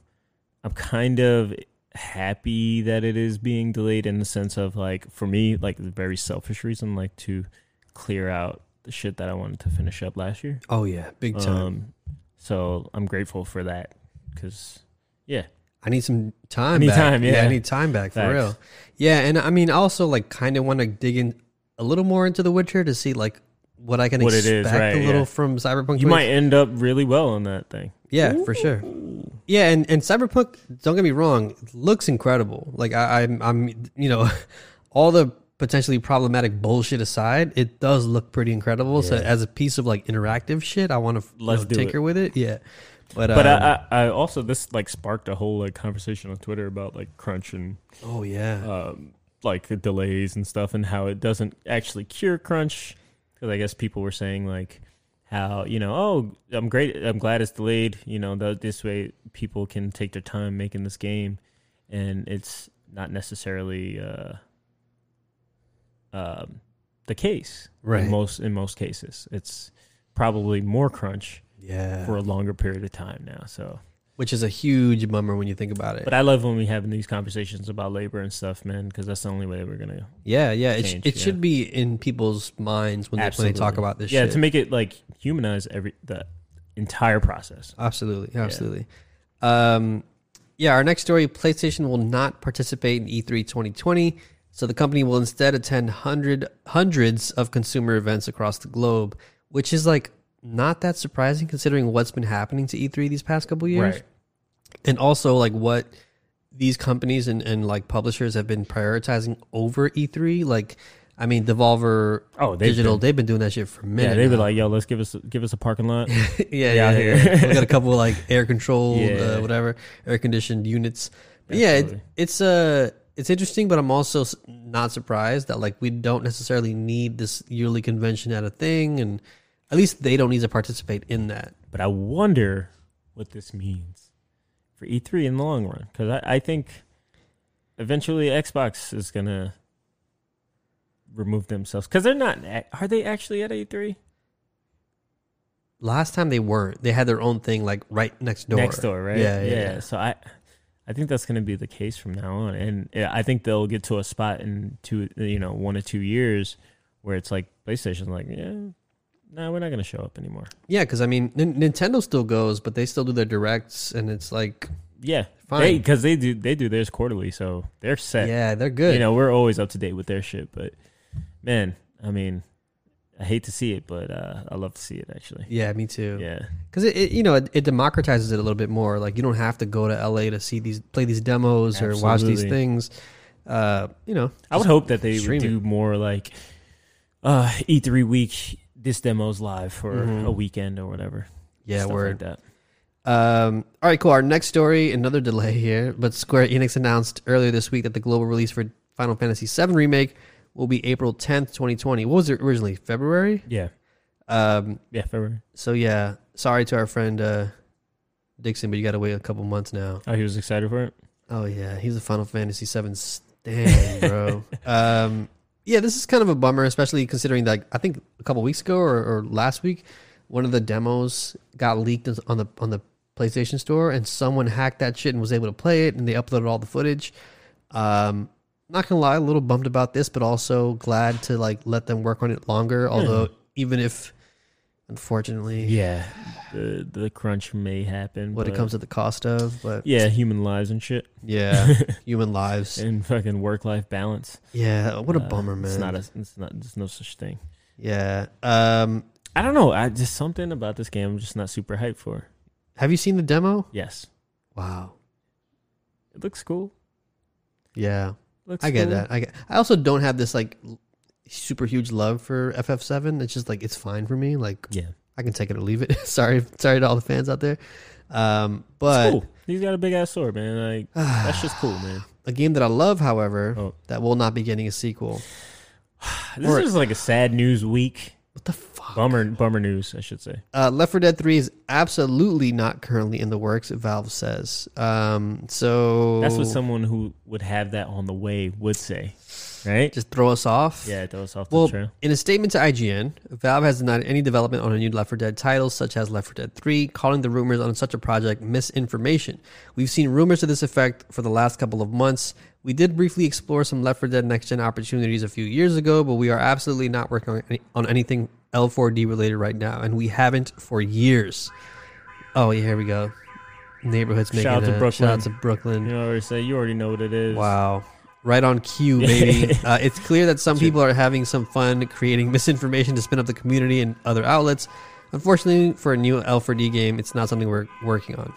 S1: I'm kind of happy that it is being delayed in the sense of like, for me, like the very selfish reason, like to clear out the shit that I wanted to finish up last year.
S2: oh yeah, big time.
S1: Um, so I'm grateful for that because, yeah,
S2: I need some time.
S1: I need
S2: back.
S1: time, yeah.
S2: I need time back for
S1: Facts.
S2: real. Yeah, and I mean, I also like kind of want to dig in a little more into The Witcher to see like what I can
S1: What it
S2: expect
S1: is, right,
S2: a little
S1: yeah.
S2: from Cyberpunk.
S1: you
S2: 20-
S1: might end up really well on that thing.
S2: yeah, for sure. Yeah, and, and Cyberpunk, don't get me wrong, it looks incredible. Like I, I'm, I'm, you know, all the potentially problematic bullshit aside, it does look pretty incredible. So as a piece of like interactive shit, I want to
S1: Let's do
S2: tinker
S1: it.
S2: with it. Yeah, but,
S1: But uh,
S2: um,
S1: I, I, I also this like sparked a whole like conversation on Twitter about like crunch and
S2: oh yeah,
S1: um, like the delays and stuff and how it doesn't actually cure crunch because I guess people were saying like how you know oh I'm great I'm glad it's delayed you know th- this way people can take their time making this game and it's not necessarily uh, um, the case.
S2: Right.
S1: In most in most cases, it's probably more crunch
S2: Yeah.
S1: for a longer period of time now. So,
S2: Which is a huge bummer when you think about it.
S1: but I love when we having these conversations about labor and stuff, man, because that's the only way we're gonna
S2: yeah, yeah. It, sh-
S1: Change,
S2: it
S1: yeah.
S2: should be in people's minds when they, when they talk
S1: Absolutely.
S2: about this
S1: yeah
S2: shit.
S1: to make it like humanize every the entire process.
S2: Absolutely, absolutely. Um, yeah, our next story: PlayStation will not participate in E E3 2020, so the company will instead attend hundred hundreds of consumer events across the globe, which is like not that surprising considering what's been happening to E3 these past couple years, and also like what these companies and, and like publishers have been prioritizing over E3. Like, I mean, Devolver
S1: Oh, they've
S2: Digital,
S1: been-
S2: they've been doing that shit for a minute.
S1: Yeah, they were
S2: now
S1: like, "Yo, let's give us give us a parking lot."
S2: yeah,
S1: Yeah,
S2: yeah,
S1: out
S2: yeah.
S1: here.
S2: we got a couple of like air controlled,
S1: Yeah.
S2: uh, whatever, air conditioned units. But yeah, it,
S1: Absolutely.
S2: it's uh, it's interesting, but I'm also s- not surprised that like we don't necessarily need this yearly convention at a thing, and at least they don't need to participate in that.
S1: but I wonder what this means for E3 in the long run because I, I think eventually Xbox is gonna remove themselves because they're not. a- Are they actually at E E3
S2: Last time they weren't. They had their own thing like right next door.
S1: next door? Right?
S2: Yeah, yeah. yeah.
S1: So I. I think that's going to be the case from now on, and yeah, I think they'll get to a spot in two, you know, one or two years where it's like PlayStation's like, yeah, no, we're not going to show up anymore.
S2: because I mean, N- Nintendo still goes, but they still do their directs, and it's like,
S1: Yeah,
S2: Fine.
S1: because they, do they do theirs quarterly, so they're set.
S2: yeah, they're good.
S1: You know, we're always up to date with their shit, but man, I mean, I hate to see it, but uh, I love to see it actually.
S2: yeah, me too.
S1: Yeah,
S2: because it, it you know it, it democratizes it a little bit more like you don't have to go to la to see these play these demos or watch these
S1: Absolutely.
S2: things uh you know
S1: I would hope that they would
S2: stream
S1: do more like uh, E3 week. This demo's live for
S2: Mhm.
S1: a weekend or whatever.
S2: yeah
S1: Stuff
S2: word
S1: like that.
S2: um all right cool our next story another delay here but square enix announced earlier this week that the global release for final fantasy VII remake will be april 10th 2020 what was it originally february
S1: Yeah,
S2: um
S1: yeah, February.
S2: so yeah sorry to our friend uh dixon but you gotta wait a couple months now
S1: Oh, he was excited for it.
S2: Oh yeah, he's a Final Fantasy VII stan, bro. um, yeah, this is kind of a bummer, especially considering like I think a couple weeks ago or, or last week, one of the demos got leaked on the on the PlayStation Store, and someone hacked that shit and was able to play it, and they uploaded all the footage. Um, not gonna lie, a little bummed about this, but also glad to like let them work on it longer. Although even if, unfortunately,
S1: Yeah, the the crunch may happen.
S2: what it
S1: but-
S2: comes at the cost of, but
S1: yeah, human lives and shit,
S2: yeah, human lives.
S1: and fucking work life balance.
S2: Yeah, what a
S1: Uh,
S2: bummer, man.
S1: It's not a. It's not. There's no such thing.
S2: Yeah. Um,
S1: I don't know. I just something about this game. I'm just not super hyped for.
S2: have you seen the demo?
S1: Yes,
S2: Wow.
S1: it looks cool.
S2: Yeah,
S1: Looks
S2: I get
S1: cool.
S2: that. I get. I also don't have this like l- super huge love for FF7. It's just like it's fine for me. Like
S1: Yeah, it's
S2: I can take it or leave it. sorry, sorry to all the fans out there. Um, but
S1: cool. He's got a big ass sword, man. Like that's just cool, man.
S2: a game that I love, however,
S1: Oh.
S2: that will not be getting a sequel.
S1: This
S2: Or-
S1: is like a sad news week.
S2: What the fuck?
S1: Bummer, bummer news, I should say.
S2: Uh, Left 4 Dead 3 is absolutely not currently in the works. Valve says. Um, so
S1: That's what someone who would have that on the way would say, right?
S2: just throw us off.
S1: yeah, throw us off
S2: Well,
S1: the trail.
S2: in a statement to IGN, Valve has denied any development on a new Left 4 Dead title, such as Left 4 Dead 3, calling the rumors on such a project misinformation. We've seen rumors to this effect for the last couple of months. We did briefly explore some Left 4 Dead next gen opportunities a few years ago, but we are absolutely not working on, any, on anything L4D related right now, and we haven't for years. Oh yeah, here we go. Neighborhoods making
S1: Shout out to
S2: a- Shout
S1: Brooklyn.
S2: out to Brooklyn.
S1: You know, or say you already know what it is.
S2: Wow. Right on cue, baby. uh, it's clear that some people are having some fun creating misinformation to spin up the community and other outlets. Unfortunately, for a new L4D game, it's not something we're working on.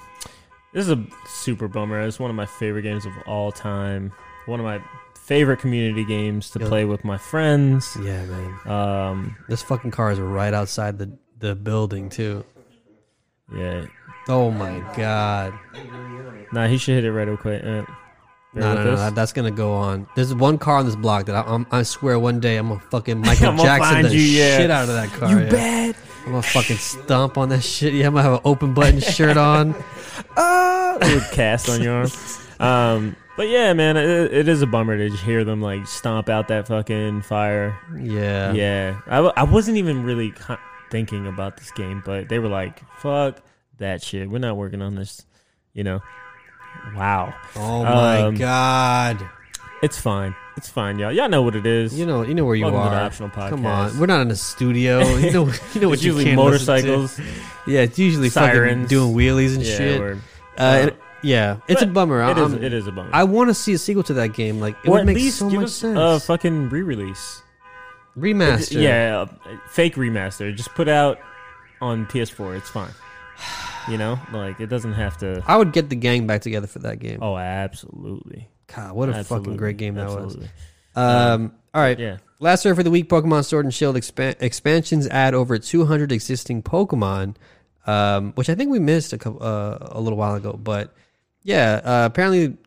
S1: This is a super bummer. It's one of my favorite games of all time. One of my favorite community games to
S2: Yeah.
S1: play with my friends.
S2: Yeah, man.
S1: Um,
S2: This fucking car is right outside the, the building, too.
S1: yeah,
S2: Oh my god.
S1: Nah, he should hit it right away. Uh, bear
S2: No,
S1: with
S2: no, no,
S1: us.
S2: that- that's gonna go on. There's one car on this block that I, I'm, I swear one day I'm gonna fucking Michael
S1: I'ma
S2: Jackson
S1: find
S2: the
S1: you, yeah.
S2: shit out of that car.
S1: you
S2: yeah.
S1: bad.
S2: I'm gonna fucking stomp on that shit. Yeah, I'm gonna have an open button shirt on.
S1: Ah, with cast on your arm. Um, but yeah, man, it, it is a bummer to hear them like stomp out that fucking fire.
S2: Yeah.
S1: Yeah, I, w- I wasn't even really con- thinking about this game, but they were like, "Fuck that shit. We're not working on this." You know? Wow,
S2: Oh my
S1: Um,
S2: god.
S1: it's fine. It's fine, y'all. Y'all know what it is.
S2: You know, you know where you
S1: Welcome to
S2: are.
S1: the Optional
S2: Come
S1: Podcast.
S2: on, we're not in a studio. You know, you know what
S1: it's
S2: you
S1: usually
S2: can
S1: motorcycles.
S2: Yeah, it's usually fucking
S1: Sirens.
S2: doing wheelies and
S1: yeah,
S2: shit.
S1: or- it
S2: uh, it- yeah, it's a
S1: but
S2: bummer. I-
S1: is.
S2: I'm-
S1: It is a bummer.
S2: I want to see a sequel to that game. Like, it
S1: or
S2: would
S1: at
S2: make
S1: least
S2: so
S1: give
S2: much
S1: us
S2: sense.
S1: a fucking re-release.
S2: Remaster.
S1: Yeah, uh, fake remaster. Just put out on PS4. It's fine. You know, like it doesn't have to.
S2: I would get the gang back together for that game.
S1: Oh, absolutely.
S2: God, what a fucking
S1: Absolutely.
S2: great game that
S1: Absolutely.
S2: was. Um, all right.
S1: Yeah.
S2: Last serve for the week, Pokemon Sword and Shield expan- expansions add over 200 existing Pokemon, um, which I think we missed a couple uh, a little while ago. But yeah, uh, apparently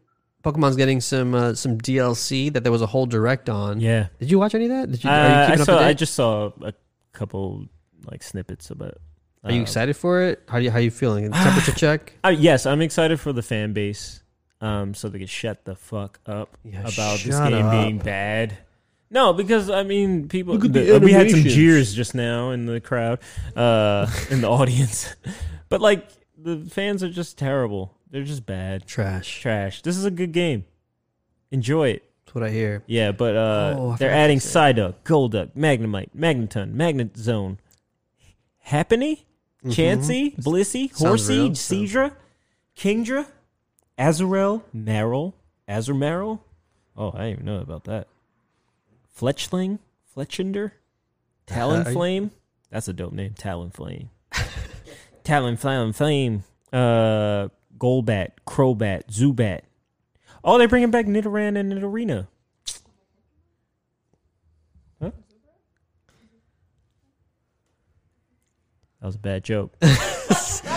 S2: Pokemon's getting some uh, some DLC that there was a whole direct on.
S1: Yeah.
S2: Did you watch any of that? Did you?
S1: Uh, I
S2: keeping
S1: saw.
S2: to
S1: I
S2: date?
S1: just saw a couple like snippets about.
S2: Are you
S1: uh,
S2: excited for it? How do you, how you feeling? Temperature check.
S1: Uh, yes, I'm excited for the fan base, um, so they can shut the fuck up
S2: Yeah,
S1: about this
S2: shut
S1: game
S2: up.
S1: being bad. No, because I mean, people.
S2: Look at the
S1: uh, we had some
S2: animations.
S1: jeers just now in the crowd, uh, in the audience, but like the fans are just terrible. They're just bad,
S2: Trash.
S1: trash. This is a good game. Enjoy it.
S2: That's what I hear.
S1: Yeah, but uh,
S2: Oh, I
S1: they're
S2: forgot
S1: adding
S2: to say.
S1: Psyduck, Golduck, Magnemite, Magneton, Magnetzone, Happiny, Chansey, Blissey,
S2: Mm-hmm. Sounds
S1: Horsey,
S2: real.
S1: Seedra, Kingdra, Azurel, Marill, Azurmaril. Oh, I didn't even know about that. Fletchling, Fletchender, Talonflame. That's a dope name, Talonflame. Talonflame, Flame, uh, Golbat, Crobat, Zubat. Oh, they're bringing back Nidoran and Nidorina. Huh? That was a bad joke.
S4: I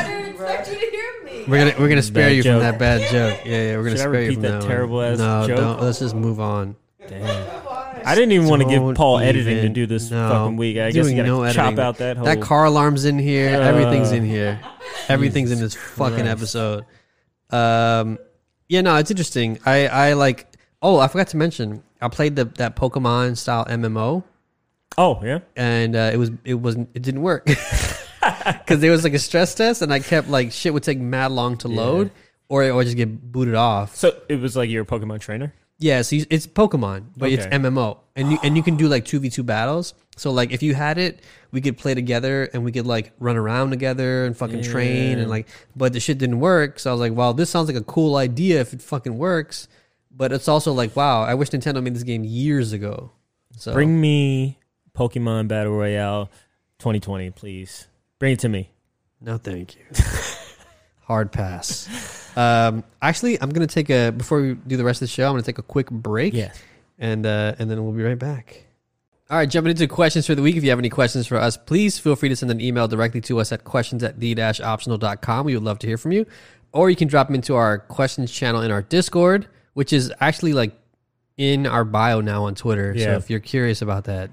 S4: didn't expect you to hear me.
S2: We're gonna we're gonna spare
S1: Bad
S2: you
S1: joke.
S2: from that bad joke. Yeah, yeah, we're gonna
S1: Should I
S2: spare you
S1: repeat
S2: from
S1: that
S2: that, one.
S1: terrible-ass
S2: no,
S1: joke?
S2: Don't, let's just move on.
S1: I didn't even want to give
S2: Don't
S1: Paul editing to
S2: even-
S1: do this
S2: no,
S1: fucking week. I guess you
S2: doing
S1: gotta
S2: no
S1: chop
S2: editing.
S1: out that whole.
S2: That car alarm's in here. Everything's
S1: Uh,
S2: in here. Everything's in this fucking episode. Um, yeah, no, it's interesting. I I like. Oh, I forgot to mention. I played the that Pokemon style MMO,
S1: oh yeah,
S2: and uh, it was it wasn't it didn't work because there was like a stress test, and I kept like shit would take mad long to load, or I would just get booted off.
S1: so it was like you're a Pokemon trainer.
S2: Yeah, so you, it's Pokemon, but it's
S1: Okay.
S2: MMO, and you and you can do like two v two battles. So like, if you had it, we could play together, and we could like run around together and fucking train and like. But the shit didn't work, so I was like, "Wow, this sounds like a cool idea if it fucking works." But it's also like, "Wow, I wish Nintendo made this game years ago." So
S1: Bring me Pokemon Battle Royale 2020, please. Bring it to me.
S2: no, thank you. Hard pass. Um, actually, I'm gonna take a before we do the rest of the show. I'm gonna take a quick break.
S1: Yes.
S2: and uh, and then we'll be right back. All right, jumping into questions for the week. If you have any questions for us, please feel free to send an email directly to us at questions at the-optional.com. We would love to hear from you. Or you can drop them into our questions channel in our Discord, which is actually like in our bio now on Twitter. So
S1: Yeah.
S2: if you're curious about that,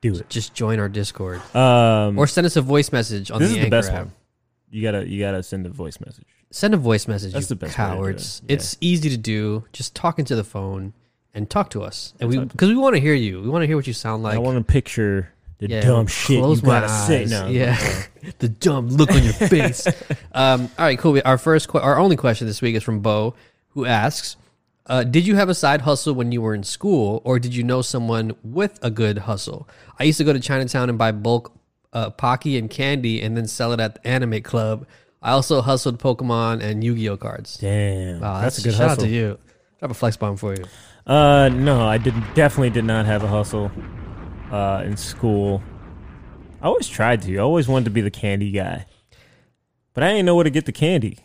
S1: Do it.
S2: just join our Discord.
S1: Um,
S2: Or send us a voice message on
S1: this
S2: the
S1: is the
S2: Anchor
S1: best
S2: app.
S1: one. You gotta you gotta send a voice message.
S2: Send a voice message,
S1: That's
S2: you
S1: the best way to do
S2: cowards.
S1: it. Yeah.
S2: It's easy to do. Just talk into the phone and talk to us. And we because we want to hear you. We want to hear what you sound like.
S1: I want to picture the dumb shit you
S2: close my
S1: gotta say
S2: eyes.
S1: now.
S2: Yeah, the dumb look on your face. um, all right, cool. We- Our first, que- our only question this week is from Bo, who asks, uh, "Did you have a side hustle when you were in school, or did you know someone with a good hustle? I used to go to Chinatown and buy bulk uh, pocky and candy, and then sell it at the anime club. I also hustled Pokemon and Yu-Gi-Oh cards.
S1: Damn,
S2: Wow,
S1: that's, a good
S2: shout
S1: hustle.
S2: out to you. Drop a flex bomb for you.
S1: Uh, no, I did definitely did not have a hustle. Uh, in school, I always tried to. I always wanted to be the candy guy, but I didn't know where to get the candy.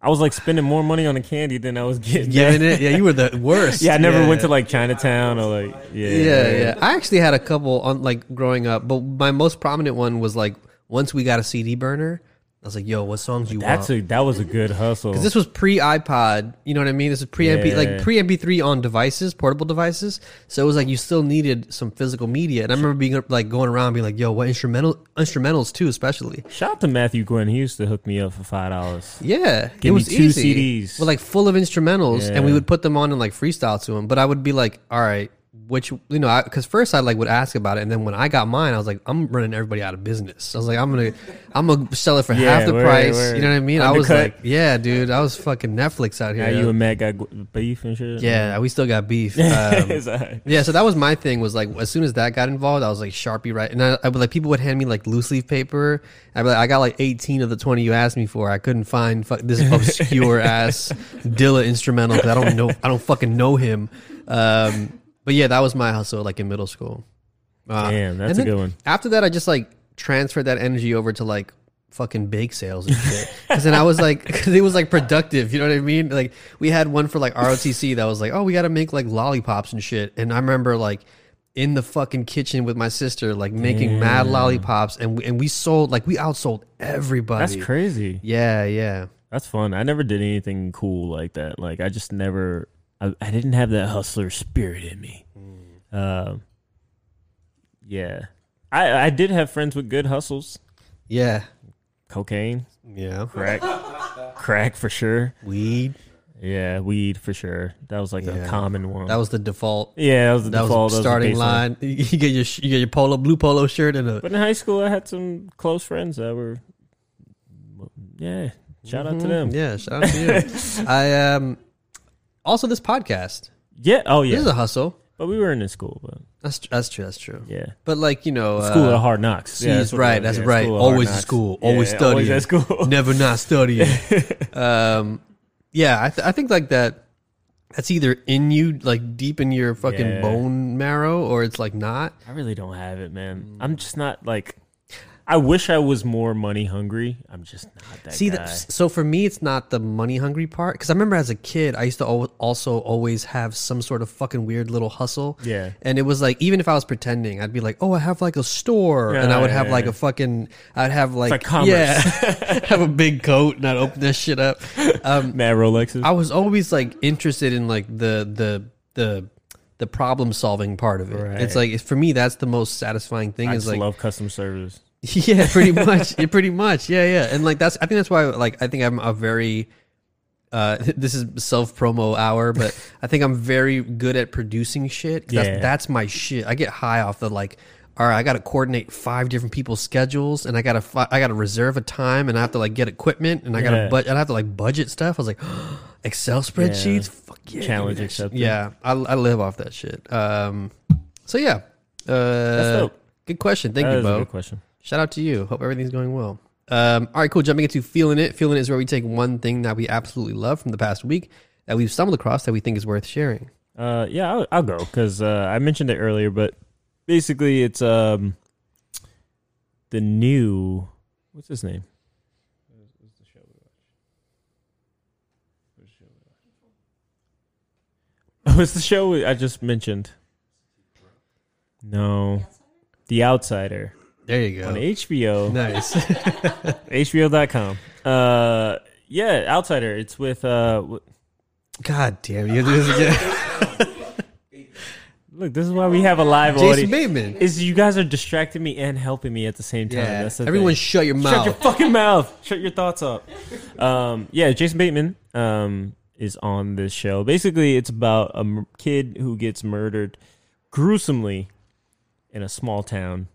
S1: I was like spending more money on the candy than I was getting.
S2: Yeah, it, yeah, you were the worst.
S1: Yeah, I never went
S2: to
S1: to like Chinatown or like yeah,
S2: yeah, yeah. I actually had a couple on like growing up, but my most prominent one was like once we got a CD burner. I was like, "Yo, what songs you
S1: That's
S2: want?"
S1: a that was a good hustle.
S2: Because this was pre iPod, you know what I mean? This is pre MP,
S1: Yeah.
S2: like pre MP3 on devices, portable devices. So it was like you still needed some physical media. And I remember being like going around, being like, "Yo, what instrumental instrumentals too, especially."
S1: Shout out to Matthew Quinn. He used to hook me up for five dollars.
S2: Yeah,
S1: Give me
S2: it was
S1: two
S2: easy.
S1: CDs.
S2: We're like full of instrumentals, and we
S1: Yeah.
S2: would put them on and like freestyle to them. But I would be like, all right, which you know, because first I like would ask about it, and then when I got mine, I was like, I'm running everybody out of business. I was like, I'm gonna, I'm gonna sell it for
S1: Yeah,
S2: half the
S1: word,
S2: price.
S1: word.
S2: You know what I mean? I was
S1: Undercut.
S2: like, yeah, dude, I was fucking Netflix out
S1: Now
S2: here.
S1: you and Matt got gu- beef and shit.
S2: yeah, we still got beef. Um,
S1: It's all right.
S2: yeah, so that was my thing. Was like as soon as that got involved, I was like Sharpie right, and I, I would like people would hand me like loose leaf paper. I'd be like, I got like eighteen of the twenty you asked me for. I couldn't find fuck, this obscure ass Dilla instrumental because I don't know, I don't fucking know him. Um, but yeah, that was my hustle like in middle school. Uh,
S1: Damn, that's
S2: and
S1: a
S2: then
S1: good one.
S2: After that, I just like transferred that energy over to like fucking bake sales and shit. Because then I was like, because it was like productive. You know what I mean? Like we had one for like ROTC that was like, oh, we got to make like lollipops and shit. And I remember like in the fucking kitchen with my sister, like making mad lollipops, and we, and we sold like we outsold everybody.
S1: That's crazy.
S2: Yeah, yeah.
S1: That's fun. I never did anything cool like that. Like I just never. I, I didn't have that hustler spirit in me.
S2: Mm.
S1: Um. Yeah, I I did have friends with good hustles.
S2: Yeah.
S1: Cocaine,
S2: Yeah.
S1: crack, crack for sure.
S2: Weed.
S1: Yeah, weed for sure. That was like
S2: Yeah.
S1: a common one.
S2: That was the default.
S1: yeah, that was the
S2: That
S1: default.
S2: was the starting
S1: baseline.
S2: line. You get your sh- you get your polo blue polo shirt and a
S1: But in high school, I had some close friends that were, yeah. Shout out to them. Yeah.
S2: Mm-hmm. Mm, Yeah, shout out to you. I um also this podcast.
S1: Oh
S2: This is a
S1: yeah.
S2: hustle.
S1: But we were in the school, but
S2: That's tr- that's true. That's true.
S1: yeah.
S2: But like you know,
S1: School
S2: uh,
S1: of hard knocks. Yeah,
S2: she's
S1: what it
S2: right.
S1: was.
S2: That's
S1: Yeah,
S2: right.
S1: school of hard
S2: Always at
S1: knocks.
S2: school. Always
S1: Yeah,
S2: studying.
S1: Always at school.
S2: never not studying. um, yeah, I th- I think like that. That's either in you, like deep in your fucking
S1: Yeah.
S2: bone marrow, or it's like not.
S1: I really don't have it,
S2: Mm.
S1: man. I'm just not like. I wish I was more money hungry. I'm just not that.
S2: See,
S1: guy.
S2: that, so for me, it's not the money hungry part because I remember as a kid, I used to al- also always have some sort of fucking weird little hustle.
S1: Yeah.
S2: and it was like even if I was pretending, I'd be like, "Oh, I have like a store," and I
S1: Yeah,
S2: would
S1: yeah,
S2: have like
S1: yeah.
S2: a fucking, I'd have like,
S1: like commerce.
S2: yeah, have a big coat and I'd open that shit up. Um,
S1: Mad Rolexes.
S2: I was always like interested in like the the the the problem solving part of it.
S1: Right.
S2: It's like for me, that's the most satisfying thing.
S1: I
S2: is
S1: just
S2: like
S1: love customer service.
S2: yeah, pretty much. yeah, pretty much. Yeah, yeah. And like that's I think that's why like I think I'm a very uh this is self promo hour, but I think I'm very good at producing shit. 'cause That's
S1: Yeah.
S2: that's my shit. I get high off the like all right, I got to coordinate five different people's schedules, and I got to fi- I got to reserve a time, and I have to like get equipment, and I got to
S1: Yeah.
S2: but I have to like budget stuff. I was like, Excel spreadsheets, fuck yeah, give me
S1: Challenge
S2: that shit.
S1: accepted.
S2: Yeah, I, I live off that shit. Um, so yeah, uh,
S1: dope.
S2: good question. Thank
S1: That
S2: you,
S1: is a
S2: Bo.
S1: good question.
S2: Shout out to you. Hope everything's going well. Um, all right, cool. Jumping into Feeling It. Feeling It is where we take one thing that we absolutely love from the past week that we've stumbled across that we think is worth sharing.
S1: Uh, yeah, I'll, I'll go because uh, I mentioned it earlier, but basically it's um the new what's his name? What's Oh, the show we- I just mentioned? No, The Outsider
S2: There you
S1: on
S2: go.
S1: HBO.
S2: Nice.
S1: HBO.com. Uh, yeah, Outsider. It's with uh. wh-
S2: God damn, you do this again.
S1: Look, this is why we have a live
S2: Jason
S1: audience.
S2: Bateman.
S1: is you guys are distracting me and helping me at the same time.
S2: Yeah.
S1: That's the
S2: Everyone,
S1: thing.
S2: shut your
S1: shut
S2: mouth.
S1: your fucking mouth. Shut your thoughts up. Um, yeah, Jason Bateman um, is on this show. Basically, it's about a m- kid who gets murdered gruesomely in a small town,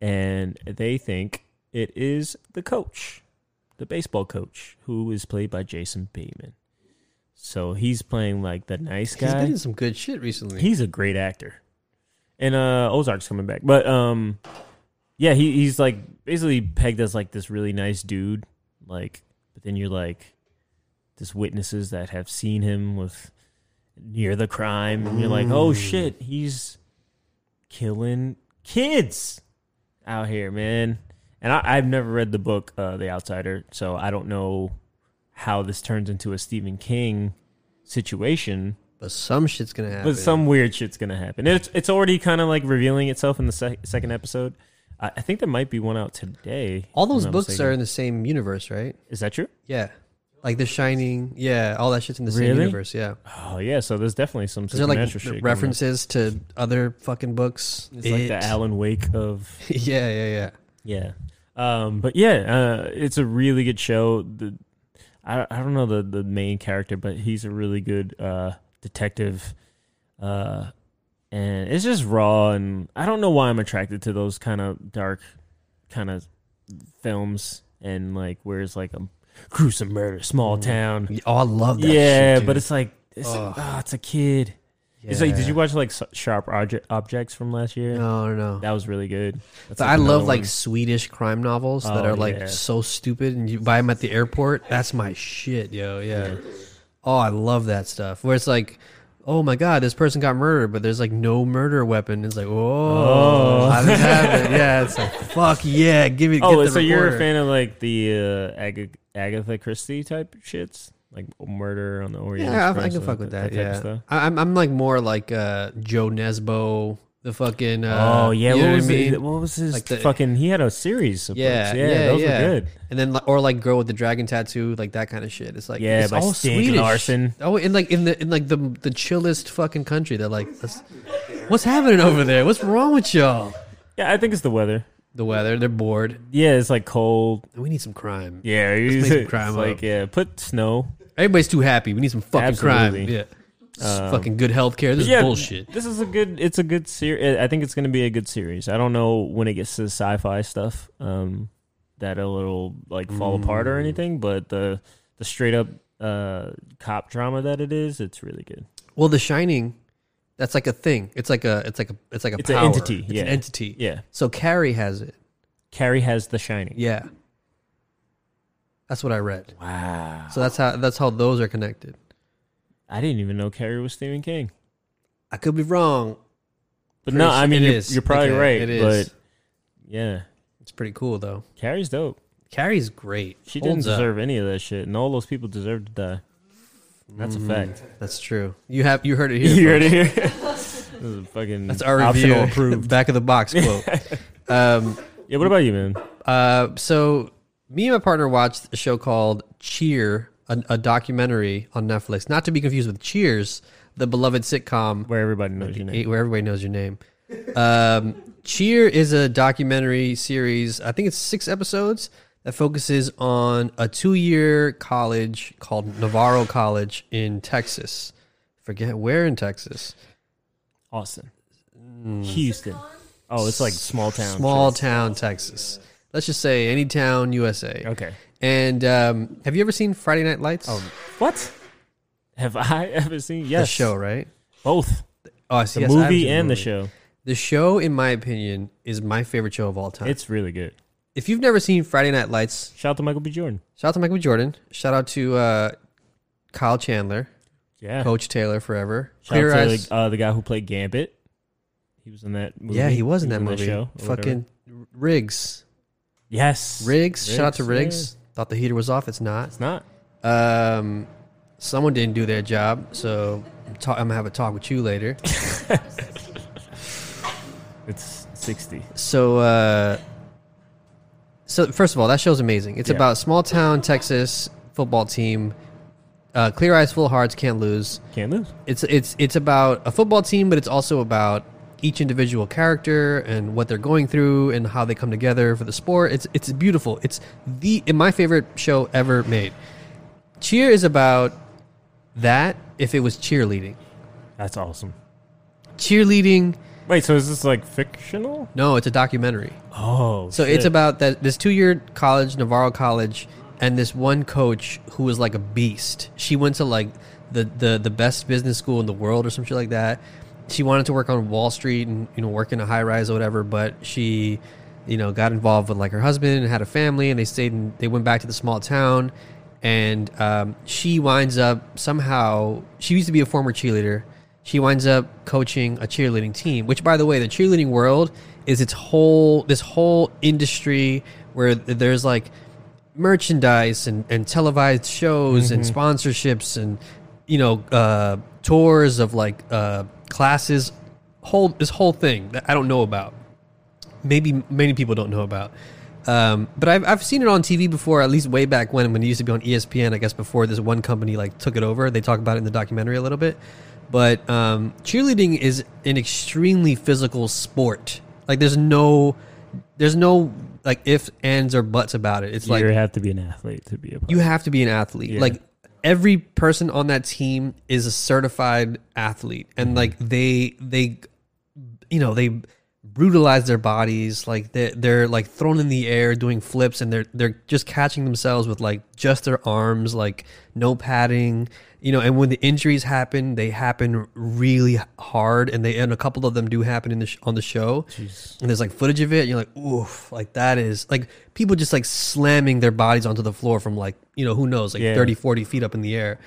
S1: and they think it is the coach, the baseball coach, who is played by Jason Bateman. So he's playing like the nice guy
S2: He's been in some good shit recently.
S1: he's a great actor and uh ozark's coming back but um yeah he, he's like basically pegged as like this really nice dude like but then you're like this witnesses that have seen him with near the crime and you're like oh shit he's killing kids out here man and I, i've never read the book uh the outsider so i don't know how this turns into a stephen king situation
S2: but some shit's gonna happen.
S1: but some weird shit's gonna happen. It's it's already kind of like revealing itself in the sec- second episode. I I think there might be one out today.
S2: All those
S1: if I'm not
S2: books
S1: mistaken.
S2: are in the same universe, right?
S1: Is that true?
S2: Yeah. Like The Shining. Yeah, all that shit's in the same
S1: Really?
S2: universe. Yeah.
S1: Oh yeah, so there's definitely some
S2: Is there like
S1: supernatural shit. reference?
S2: references to other fucking books?
S1: It's like the
S2: It.
S1: Alan Wake of
S2: yeah, yeah, yeah.
S1: Yeah. Um, but yeah, uh, it's a really good show. The I, I don't know the, the main character, but he's a really good uh, detective. Uh, and it's just raw and I don't know why I'm attracted to those kind of dark kind of films and like where it's like a gruesome murder, small town.
S2: Y- Oh, I love that.
S1: Yeah,
S2: shit, dude.
S1: but it's like it's like, ah, it's a kid. It's like did
S2: Yeah.
S1: you watch like S- Sharp Object, Objects from last year?
S2: No, no, no.
S1: That was really good. That's,
S2: But
S1: like,
S2: I
S1: another
S2: love like
S1: one.
S2: Swedish crime novels that
S1: Oh,
S2: are like
S1: yeah.
S2: so stupid, and you buy them at the airport. That's my shit, yo. Yeah. Oh, I love that stuff. Where it's like, oh my god, this person got murdered, but there's like no murder weapon. It's like, oh,
S1: Oh.
S2: how did it happen? yeah, it's like, fuck yeah, give me.
S1: Oh,
S2: get the
S1: so you're a
S2: recorder.
S1: fan of like the uh, Aga- Agatha Christie type shits, like Murder on the Orient
S2: Yeah, I, I
S1: Express,
S2: can
S1: like
S2: fuck with that.
S1: type of
S2: yeah,
S1: stuff.
S2: I, I'm, I'm like more like uh, Joe Nesbo, the fucking. Uh,
S1: oh yeah,
S2: you know
S1: what
S2: what
S1: was,
S2: I mean?
S1: the, what was his
S2: Like the-
S1: fucking? He had a series. Of
S2: yeah,
S1: books.
S2: yeah,
S1: yeah,
S2: yeah,
S1: those were good.
S2: And then, like, or like girl with the dragon tattoo, like that kind of shit. It's like
S1: Yeah,
S2: it's
S1: by
S2: all
S1: Stieg
S2: Swedish.
S1: Larsson.
S2: Oh, in like in the in like the the chillest fucking country. They're like, "What's- what's happening over there? What's wrong with y'all?
S1: Yeah, I think it's the weather.
S2: The weather. They're bored.
S1: Yeah, it's like cold.
S2: We need some crime.
S1: Yeah,
S2: make
S1: it's,
S2: some crime
S1: it's like
S2: up.
S1: yeah, put snow.
S2: Everybody's too happy. We need some fucking crime.
S1: Absolutely. Um,
S2: Yeah, This is fucking good health care. This
S1: yeah,
S2: is bullshit.
S1: This is a good. It's a good series. I think it's going to be a good series. I don't know when it gets to the sci-fi stuff um, that it'll like fall apart
S2: Mm.
S1: or anything, but the the straight up uh, cop drama that it is, it's really good.
S2: Well, The Shining, that's like a thing. It's like a it's like a it's like a
S1: It's an
S2: power.
S1: entity,
S2: It's
S1: yeah.
S2: an entity.
S1: Yeah,
S2: So Carrie has it.
S1: Carrie has The Shining.
S2: Yeah. That's what I read.
S1: Wow,
S2: So that's how that's how those are connected.
S1: I didn't even know Carrie was Stephen King.
S2: I could be wrong.
S1: But no,
S2: Pretty
S1: I
S2: sure-
S1: mean
S2: it
S1: you're,
S2: is.
S1: you're probably
S2: Okay,
S1: right.
S2: it is.
S1: But yeah,
S2: It's pretty cool though.
S1: Carrie's dope.
S2: Carrie's great.
S1: She
S2: Holds
S1: didn't
S2: up.
S1: deserve any of that shit, and all those people deserve to die. That's a fact.
S2: That's true. You have Mm. you heard it here.
S1: You heard it
S2: folks.
S1: here. this is fucking
S2: That's our
S1: optional
S2: review.
S1: approved.
S2: Back of the box quote. um,
S1: Yeah, what about you, man?
S2: uh, so me and my partner watched a show called Cheer, a, a documentary on Netflix. Not to be confused with Cheers, the beloved sitcom
S1: Where everybody knows your name.
S2: where everybody knows your name. Um, Cheer is a documentary series. I think it's six episodes that focuses on a two-year college called Navarro College in Texas. Forget where in Texas.
S1: Austin, Houston. Oh, it's like small town.
S2: Mm. Small
S1: shit.
S2: town Texas. Let's just say any town USA.
S1: Okay.
S2: And um, have you ever seen Friday Night Lights? Oh,
S1: What? Have I ever seen?
S2: the
S1: Yes,
S2: show, right?
S1: both
S2: Oh, I
S1: the
S2: see. Yes, I have seen
S1: movie and the show.
S2: The show, in my opinion, is my favorite show of all time.
S1: It's really good.
S2: if you've never seen Friday Night Lights,
S1: Shout out to Michael B. Jordan.
S2: Shout out to Michael B. Jordan. Shout out to uh, Kyle Chandler,
S1: Yeah.
S2: Coach Taylor forever.
S1: Shout
S2: Clear
S1: out to
S2: Eyes.
S1: the, uh, the guy who played Gambit. He was in that movie.
S2: yeah, he was in that
S1: the
S2: movie.
S1: show or whatever.
S2: Fucking Riggs.
S1: yes.
S2: Riggs. Shout out to
S1: Riggs,
S2: Riggs. Thought the heater was off. It's not.
S1: It's not.
S2: Um, someone didn't do their job, so I'm, ta- I'm gonna have a talk with you later.
S1: It's sixty.
S2: So, uh, so first of all, that show's amazing. It's
S1: Yeah.
S2: about small town Texas football team. Uh, clear eyes, full hearts, can't lose.
S1: Can't lose.
S2: it's it's it's about a football team, but it's also about each individual character and what they're going through and how they come together for the sport. It's it's beautiful. It's the my favorite show ever made. Cheer is about that. If it was cheerleading,
S1: That's awesome.
S2: cheerleading.
S1: Wait, so is this like fictional?
S2: No, it's a documentary.
S1: Oh,
S2: So it's about that this two year college, Navarro College, and this one coach who was like a beast. She went to like the, the, the best business school in the world or some shit like that. She wanted to work on Wall Street and you know work in a high rise or whatever, but she, you know, got involved with like her husband and had a family, and they stayed and they went back to the small town, and um, she winds up somehow. She used to be a former cheerleader. She winds up coaching a cheerleading team, which, by the way, the cheerleading world is its whole this whole industry where th- there's like merchandise and, and televised shows and sponsorships and you know uh, tours of like uh, classes, whole this whole thing that I don't know about maybe many people don't know about. Um, but I've, I've seen it on TV before, at least way back when, when it used to be on E ESPN, I guess before this one company like took it over. They talk about it in the documentary a little bit. But um, cheerleading is an extremely physical sport. Like there's no, there's no like ifs, ands, or buts about it. It's like
S1: you have to be an athlete to be a part.
S2: you have to be an athlete.
S1: Yeah.
S2: Like every person on that team is a certified athlete, and like they they, you know they brutalize their bodies. Like they they're like thrown in the air doing flips, and they're they're just catching themselves with like just their arms, like no padding. You know, and when the injuries happen, they happen really hard, and they and a couple of them do happen in the sh- on the show and there's like footage of it and you're like oof like that is like people just like slamming their bodies onto the floor from like you know who knows like
S1: Yeah.
S2: thirty, forty 30 40 feet up in the air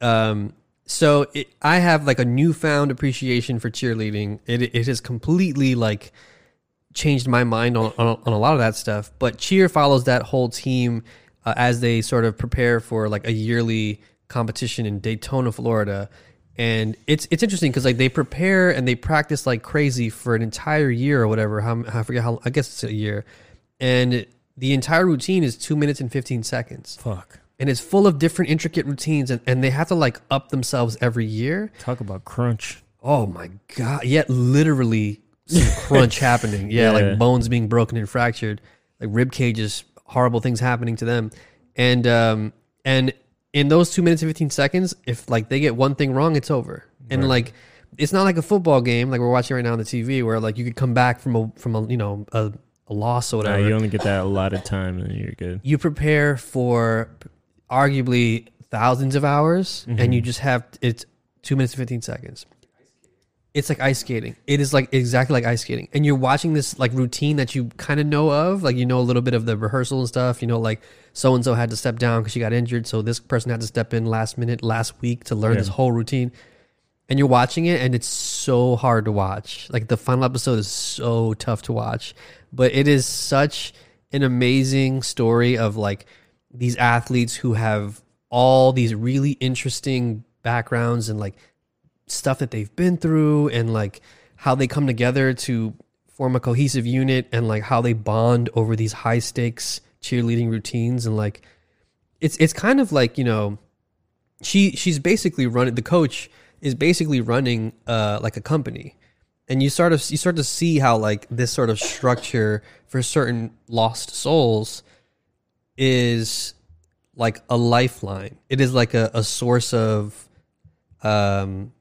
S2: um so it, i have like a newfound appreciation for cheerleading it, it has completely like changed my mind on, on, on a lot of that stuff but cheer follows that whole team uh, as they sort of prepare for like a yearly competition in daytona florida and it's it's interesting because like they prepare and they practice like crazy for an entire year or whatever how i forget how i guess it's a year and the entire routine is two minutes and 15 seconds
S1: Fuck.
S2: and it's full of different intricate routines and, and they have to like up themselves every year
S1: Talk about crunch.
S2: oh my god yeah literally some crunch happening
S1: Yeah.
S2: yeah, like bones being broken and fractured like rib cages horrible things happening to them and um and in those two minutes and 15 seconds if like they get one thing wrong it's over and like it's not like a football game like we're watching right now on the tv where like you could come back from a from a you know a, a loss or
S1: Nah,
S2: whatever
S1: you only get that a lot of time, and you're good.
S2: you prepare for arguably thousands of hours and you just have it's two minutes and 15 seconds it's like ice skating it is like exactly like ice skating and you're watching this like routine that you kind of know of like you know a little bit of the rehearsal and stuff you know like so and so had to step down because she got injured so this person had to step in last minute last week to learn this whole routine and you're watching it and it's so hard to watch like the final episode is so tough to watch but it is such an amazing story of like these athletes who have all these really interesting backgrounds and like stuff that they've been through and like how they come together to form a cohesive unit and like how they bond over these high stakes cheerleading routines and like it's it's kind of like you know she she's basically running the coach is basically running uh like a company and you sort of you start to see how like this sort of structure for certain lost souls is like a lifeline it is like a, a source of um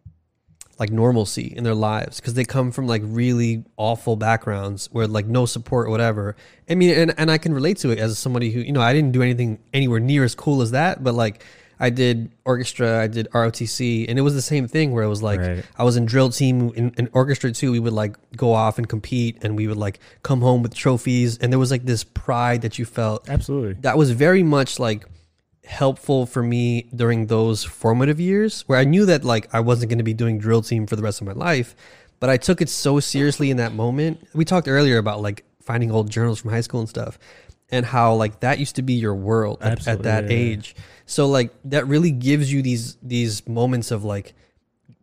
S2: like normalcy in their lives because they come from like really awful backgrounds where like no support or whatever. I mean, and, and I can relate to it as somebody who, you know, I didn't do anything anywhere near as cool as that, but like I did orchestra, I did ROTC, and it was the same thing where it was like
S1: Right.
S2: I was in drill team in, in orchestra too. We would like go off and compete and we would like come home with trophies. And there was like this pride that you felt
S1: Absolutely.
S2: that was very much like helpful for me during those formative years where I knew that like I wasn't going to be doing drill team for the rest of my life, but I took it so seriously in that moment. We talked earlier about like finding old journals from high school and stuff and how like that used to be your world at, at
S1: Absolutely,
S2: that
S1: yeah, yeah.
S2: age. So like that really gives you these these moments of like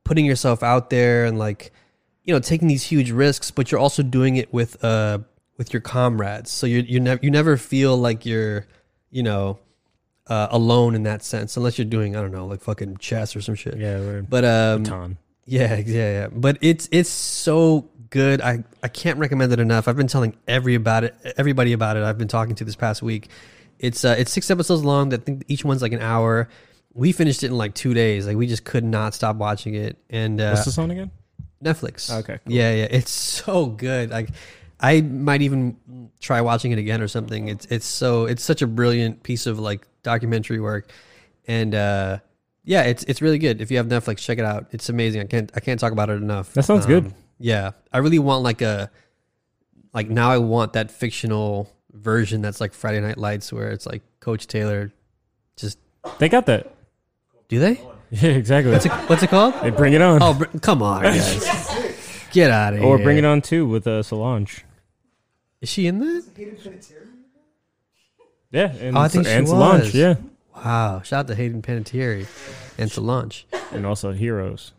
S2: putting yourself out there and like you know taking these huge risks but you're also doing it with uh with your comrades so you you never you never feel like you're you know uh alone in that sense unless you're doing i don't know like fucking chess or some shit
S1: Yeah, we're
S2: but um
S1: ton.
S2: yeah, yeah, yeah. But it's it's so good. I I can't recommend it enough. I've been telling every about it, everybody about it. I've been talking to this past week. It's uh, it's six episodes long. I think each one's like an hour. We finished it in like two days. Like we just could not stop watching it. And uh,
S1: What's this on again?
S2: Netflix.
S1: Okay, cool.
S2: Yeah, yeah. It's so good. Like I might even try watching it again or something. It's it's so it's such a brilliant piece of like documentary work. And uh yeah, it's it's really good. If you have Netflix, check it out. It's amazing. I can't I can't talk about it enough. Um,
S1: That sounds good.
S2: Yeah. I really want like a like now I want that fictional version that's like Friday Night Lights where it's like Coach Taylor just
S1: They got that.
S2: do they?
S1: Yeah, exactly.
S2: What's it, what's it called?
S1: they bring it on,
S2: Oh, br- come on, guys. Get out of here.
S1: or bring it on too with uh, Solange.
S2: Is she in that?
S1: Yeah, and,
S2: Oh, I think
S1: and
S2: she
S1: Solange.
S2: was.
S1: Yeah,
S2: Wow. Shout out to Hayden Panettiere and Solange.
S1: and also Heroes.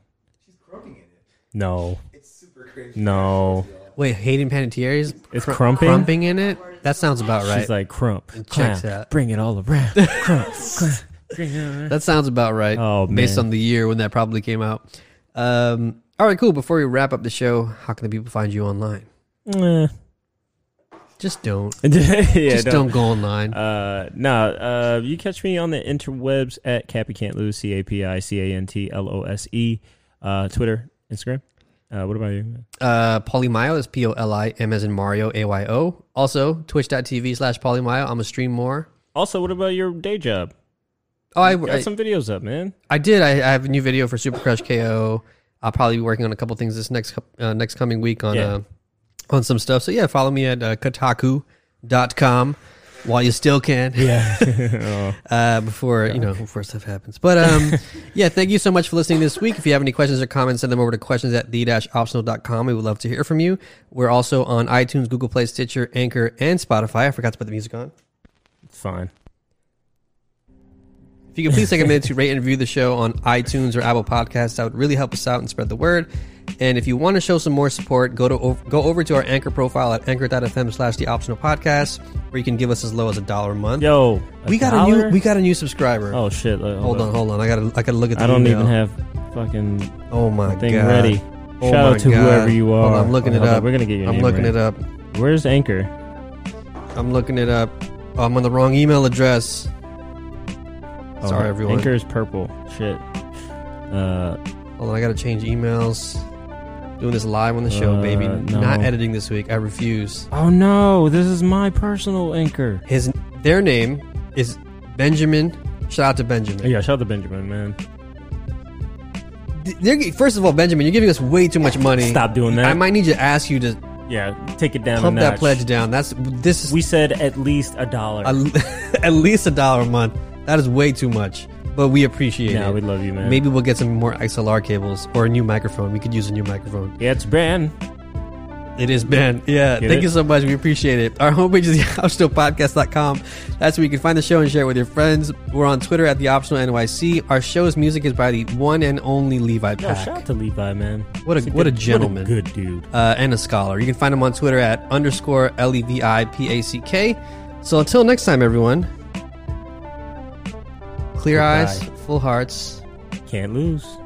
S3: She's groping in it.
S1: No,
S3: It's super crazy.
S1: no.
S2: Wait, Hayden Panettiere's
S1: It's
S2: cr-
S1: crumping?
S2: crumping in it. That sounds about right.
S1: She's like crump, clown,
S2: checks out.
S1: bring it all around, crump, clown, bring it all around.
S2: That sounds about right.
S1: Oh,
S2: based
S1: man.
S2: on the year when that probably came out. Um, all right, cool. Before we wrap up the show, how can the people find you online?
S1: Eh.
S2: Just don't.
S1: yeah,
S2: Just don't. go online.
S1: Uh, nah, uh, you catch me on the interwebs at Cappy Can't Lose, C A P I C A N T L O S E, uh, Twitter, Instagram. Uh, what about you?
S2: Uh, Polymayo is P O L I M as in Mario A Y O. Also, twitch.tv slash Polymayo. I'm a stream more.
S1: Also, what about your day job?
S2: Oh, I,
S1: Got
S2: I,
S1: some videos up, man.
S2: I did. I, I have a new video for Super Crush KO. I'll probably be working on a couple things this next co- uh, next coming week on
S1: Yeah.
S2: uh, on some stuff. So yeah, follow me at uh, kotaku.com while you still can.
S1: Yeah.
S2: uh, before you know before stuff happens. But um, yeah, thank you so much for listening this week. If you have any questions or comments, send them over to questions at the-optional.com. We would love to hear from you. We're also on iTunes, Google Play, Stitcher, Anchor, and Spotify. I forgot to put the music on.
S1: It's fine.
S2: If you could please take a minute to rate and review the show on iTunes or Apple Podcasts, that would really help us out and spread the word. And if you want to show some more support, go to ov- go over to our Anchor profile at anchor.fm slash the optional podcast, where you can give us as low as a dollar a month.
S1: Yo, a
S2: we got a
S1: dollar?
S2: new we got a new subscriber.
S1: Oh shit! Hold,
S2: hold on, hold on. I gotta I gotta look at. The
S1: I don't
S2: email.
S1: even have fucking
S2: Oh my
S1: thing
S2: god!
S1: ready.
S2: Oh
S1: Shout
S2: my
S1: out to
S2: God.
S1: whoever you are.
S2: Hold on, I'm looking
S1: Hold
S2: it
S1: on,
S2: up.
S1: We're gonna get your
S2: I'm
S1: name
S2: looking
S1: right.
S2: it up.
S1: Where's Anchor?
S2: I'm looking it up. Oh, I'm on the wrong email address.
S1: Oh,
S2: Sorry, everyone.
S1: Anchor is purple. Shit. Uh,
S2: Hold on, I gotta change emails. Doing this live on the show,
S1: Uh,
S2: baby.
S1: no.
S2: Not editing this week. I refuse.
S1: oh no! This is my personal Anchor.
S2: His their name is Benjamin. Shout out to
S1: Oh,
S2: Benjamin.
S1: Yeah, shout out to Benjamin, man.
S2: Th- they're- first of all, Benjamin, you're giving us way too much money.
S1: Stop doing that.
S2: I might need to ask you to
S1: yeah, take it down.
S2: pump
S1: a
S2: that
S1: notch.
S2: pledge down. That's this is
S1: We said at least a dollar.
S2: a, at least a dollar a month. That is way too much, but we appreciate
S1: Yeah,
S2: it.
S1: we love you, man.
S2: Maybe we'll get some more XLR cables or a new microphone. We could use a new microphone.
S1: Yeah, it's Ben.
S2: It is Ben. Yeah.
S1: Get
S2: thank
S1: it?
S2: you so much. We appreciate it. Our homepage is theoptionalpodcast.com. That's where you can find the show and share it with your friends. We're on Twitter at the optional NYC. Our show's music is by the one and only Levi
S1: Yo, shout out
S2: Pack.
S1: to Levi, man.
S2: What a-
S1: He's
S2: what a
S1: good-
S2: gentleman.
S1: good dude.
S2: Uh, and a scholar. You can find him on Twitter at underscore L E V I P A C K. So until next time, everyone. Clear eyes, full hearts.
S1: Can't lose.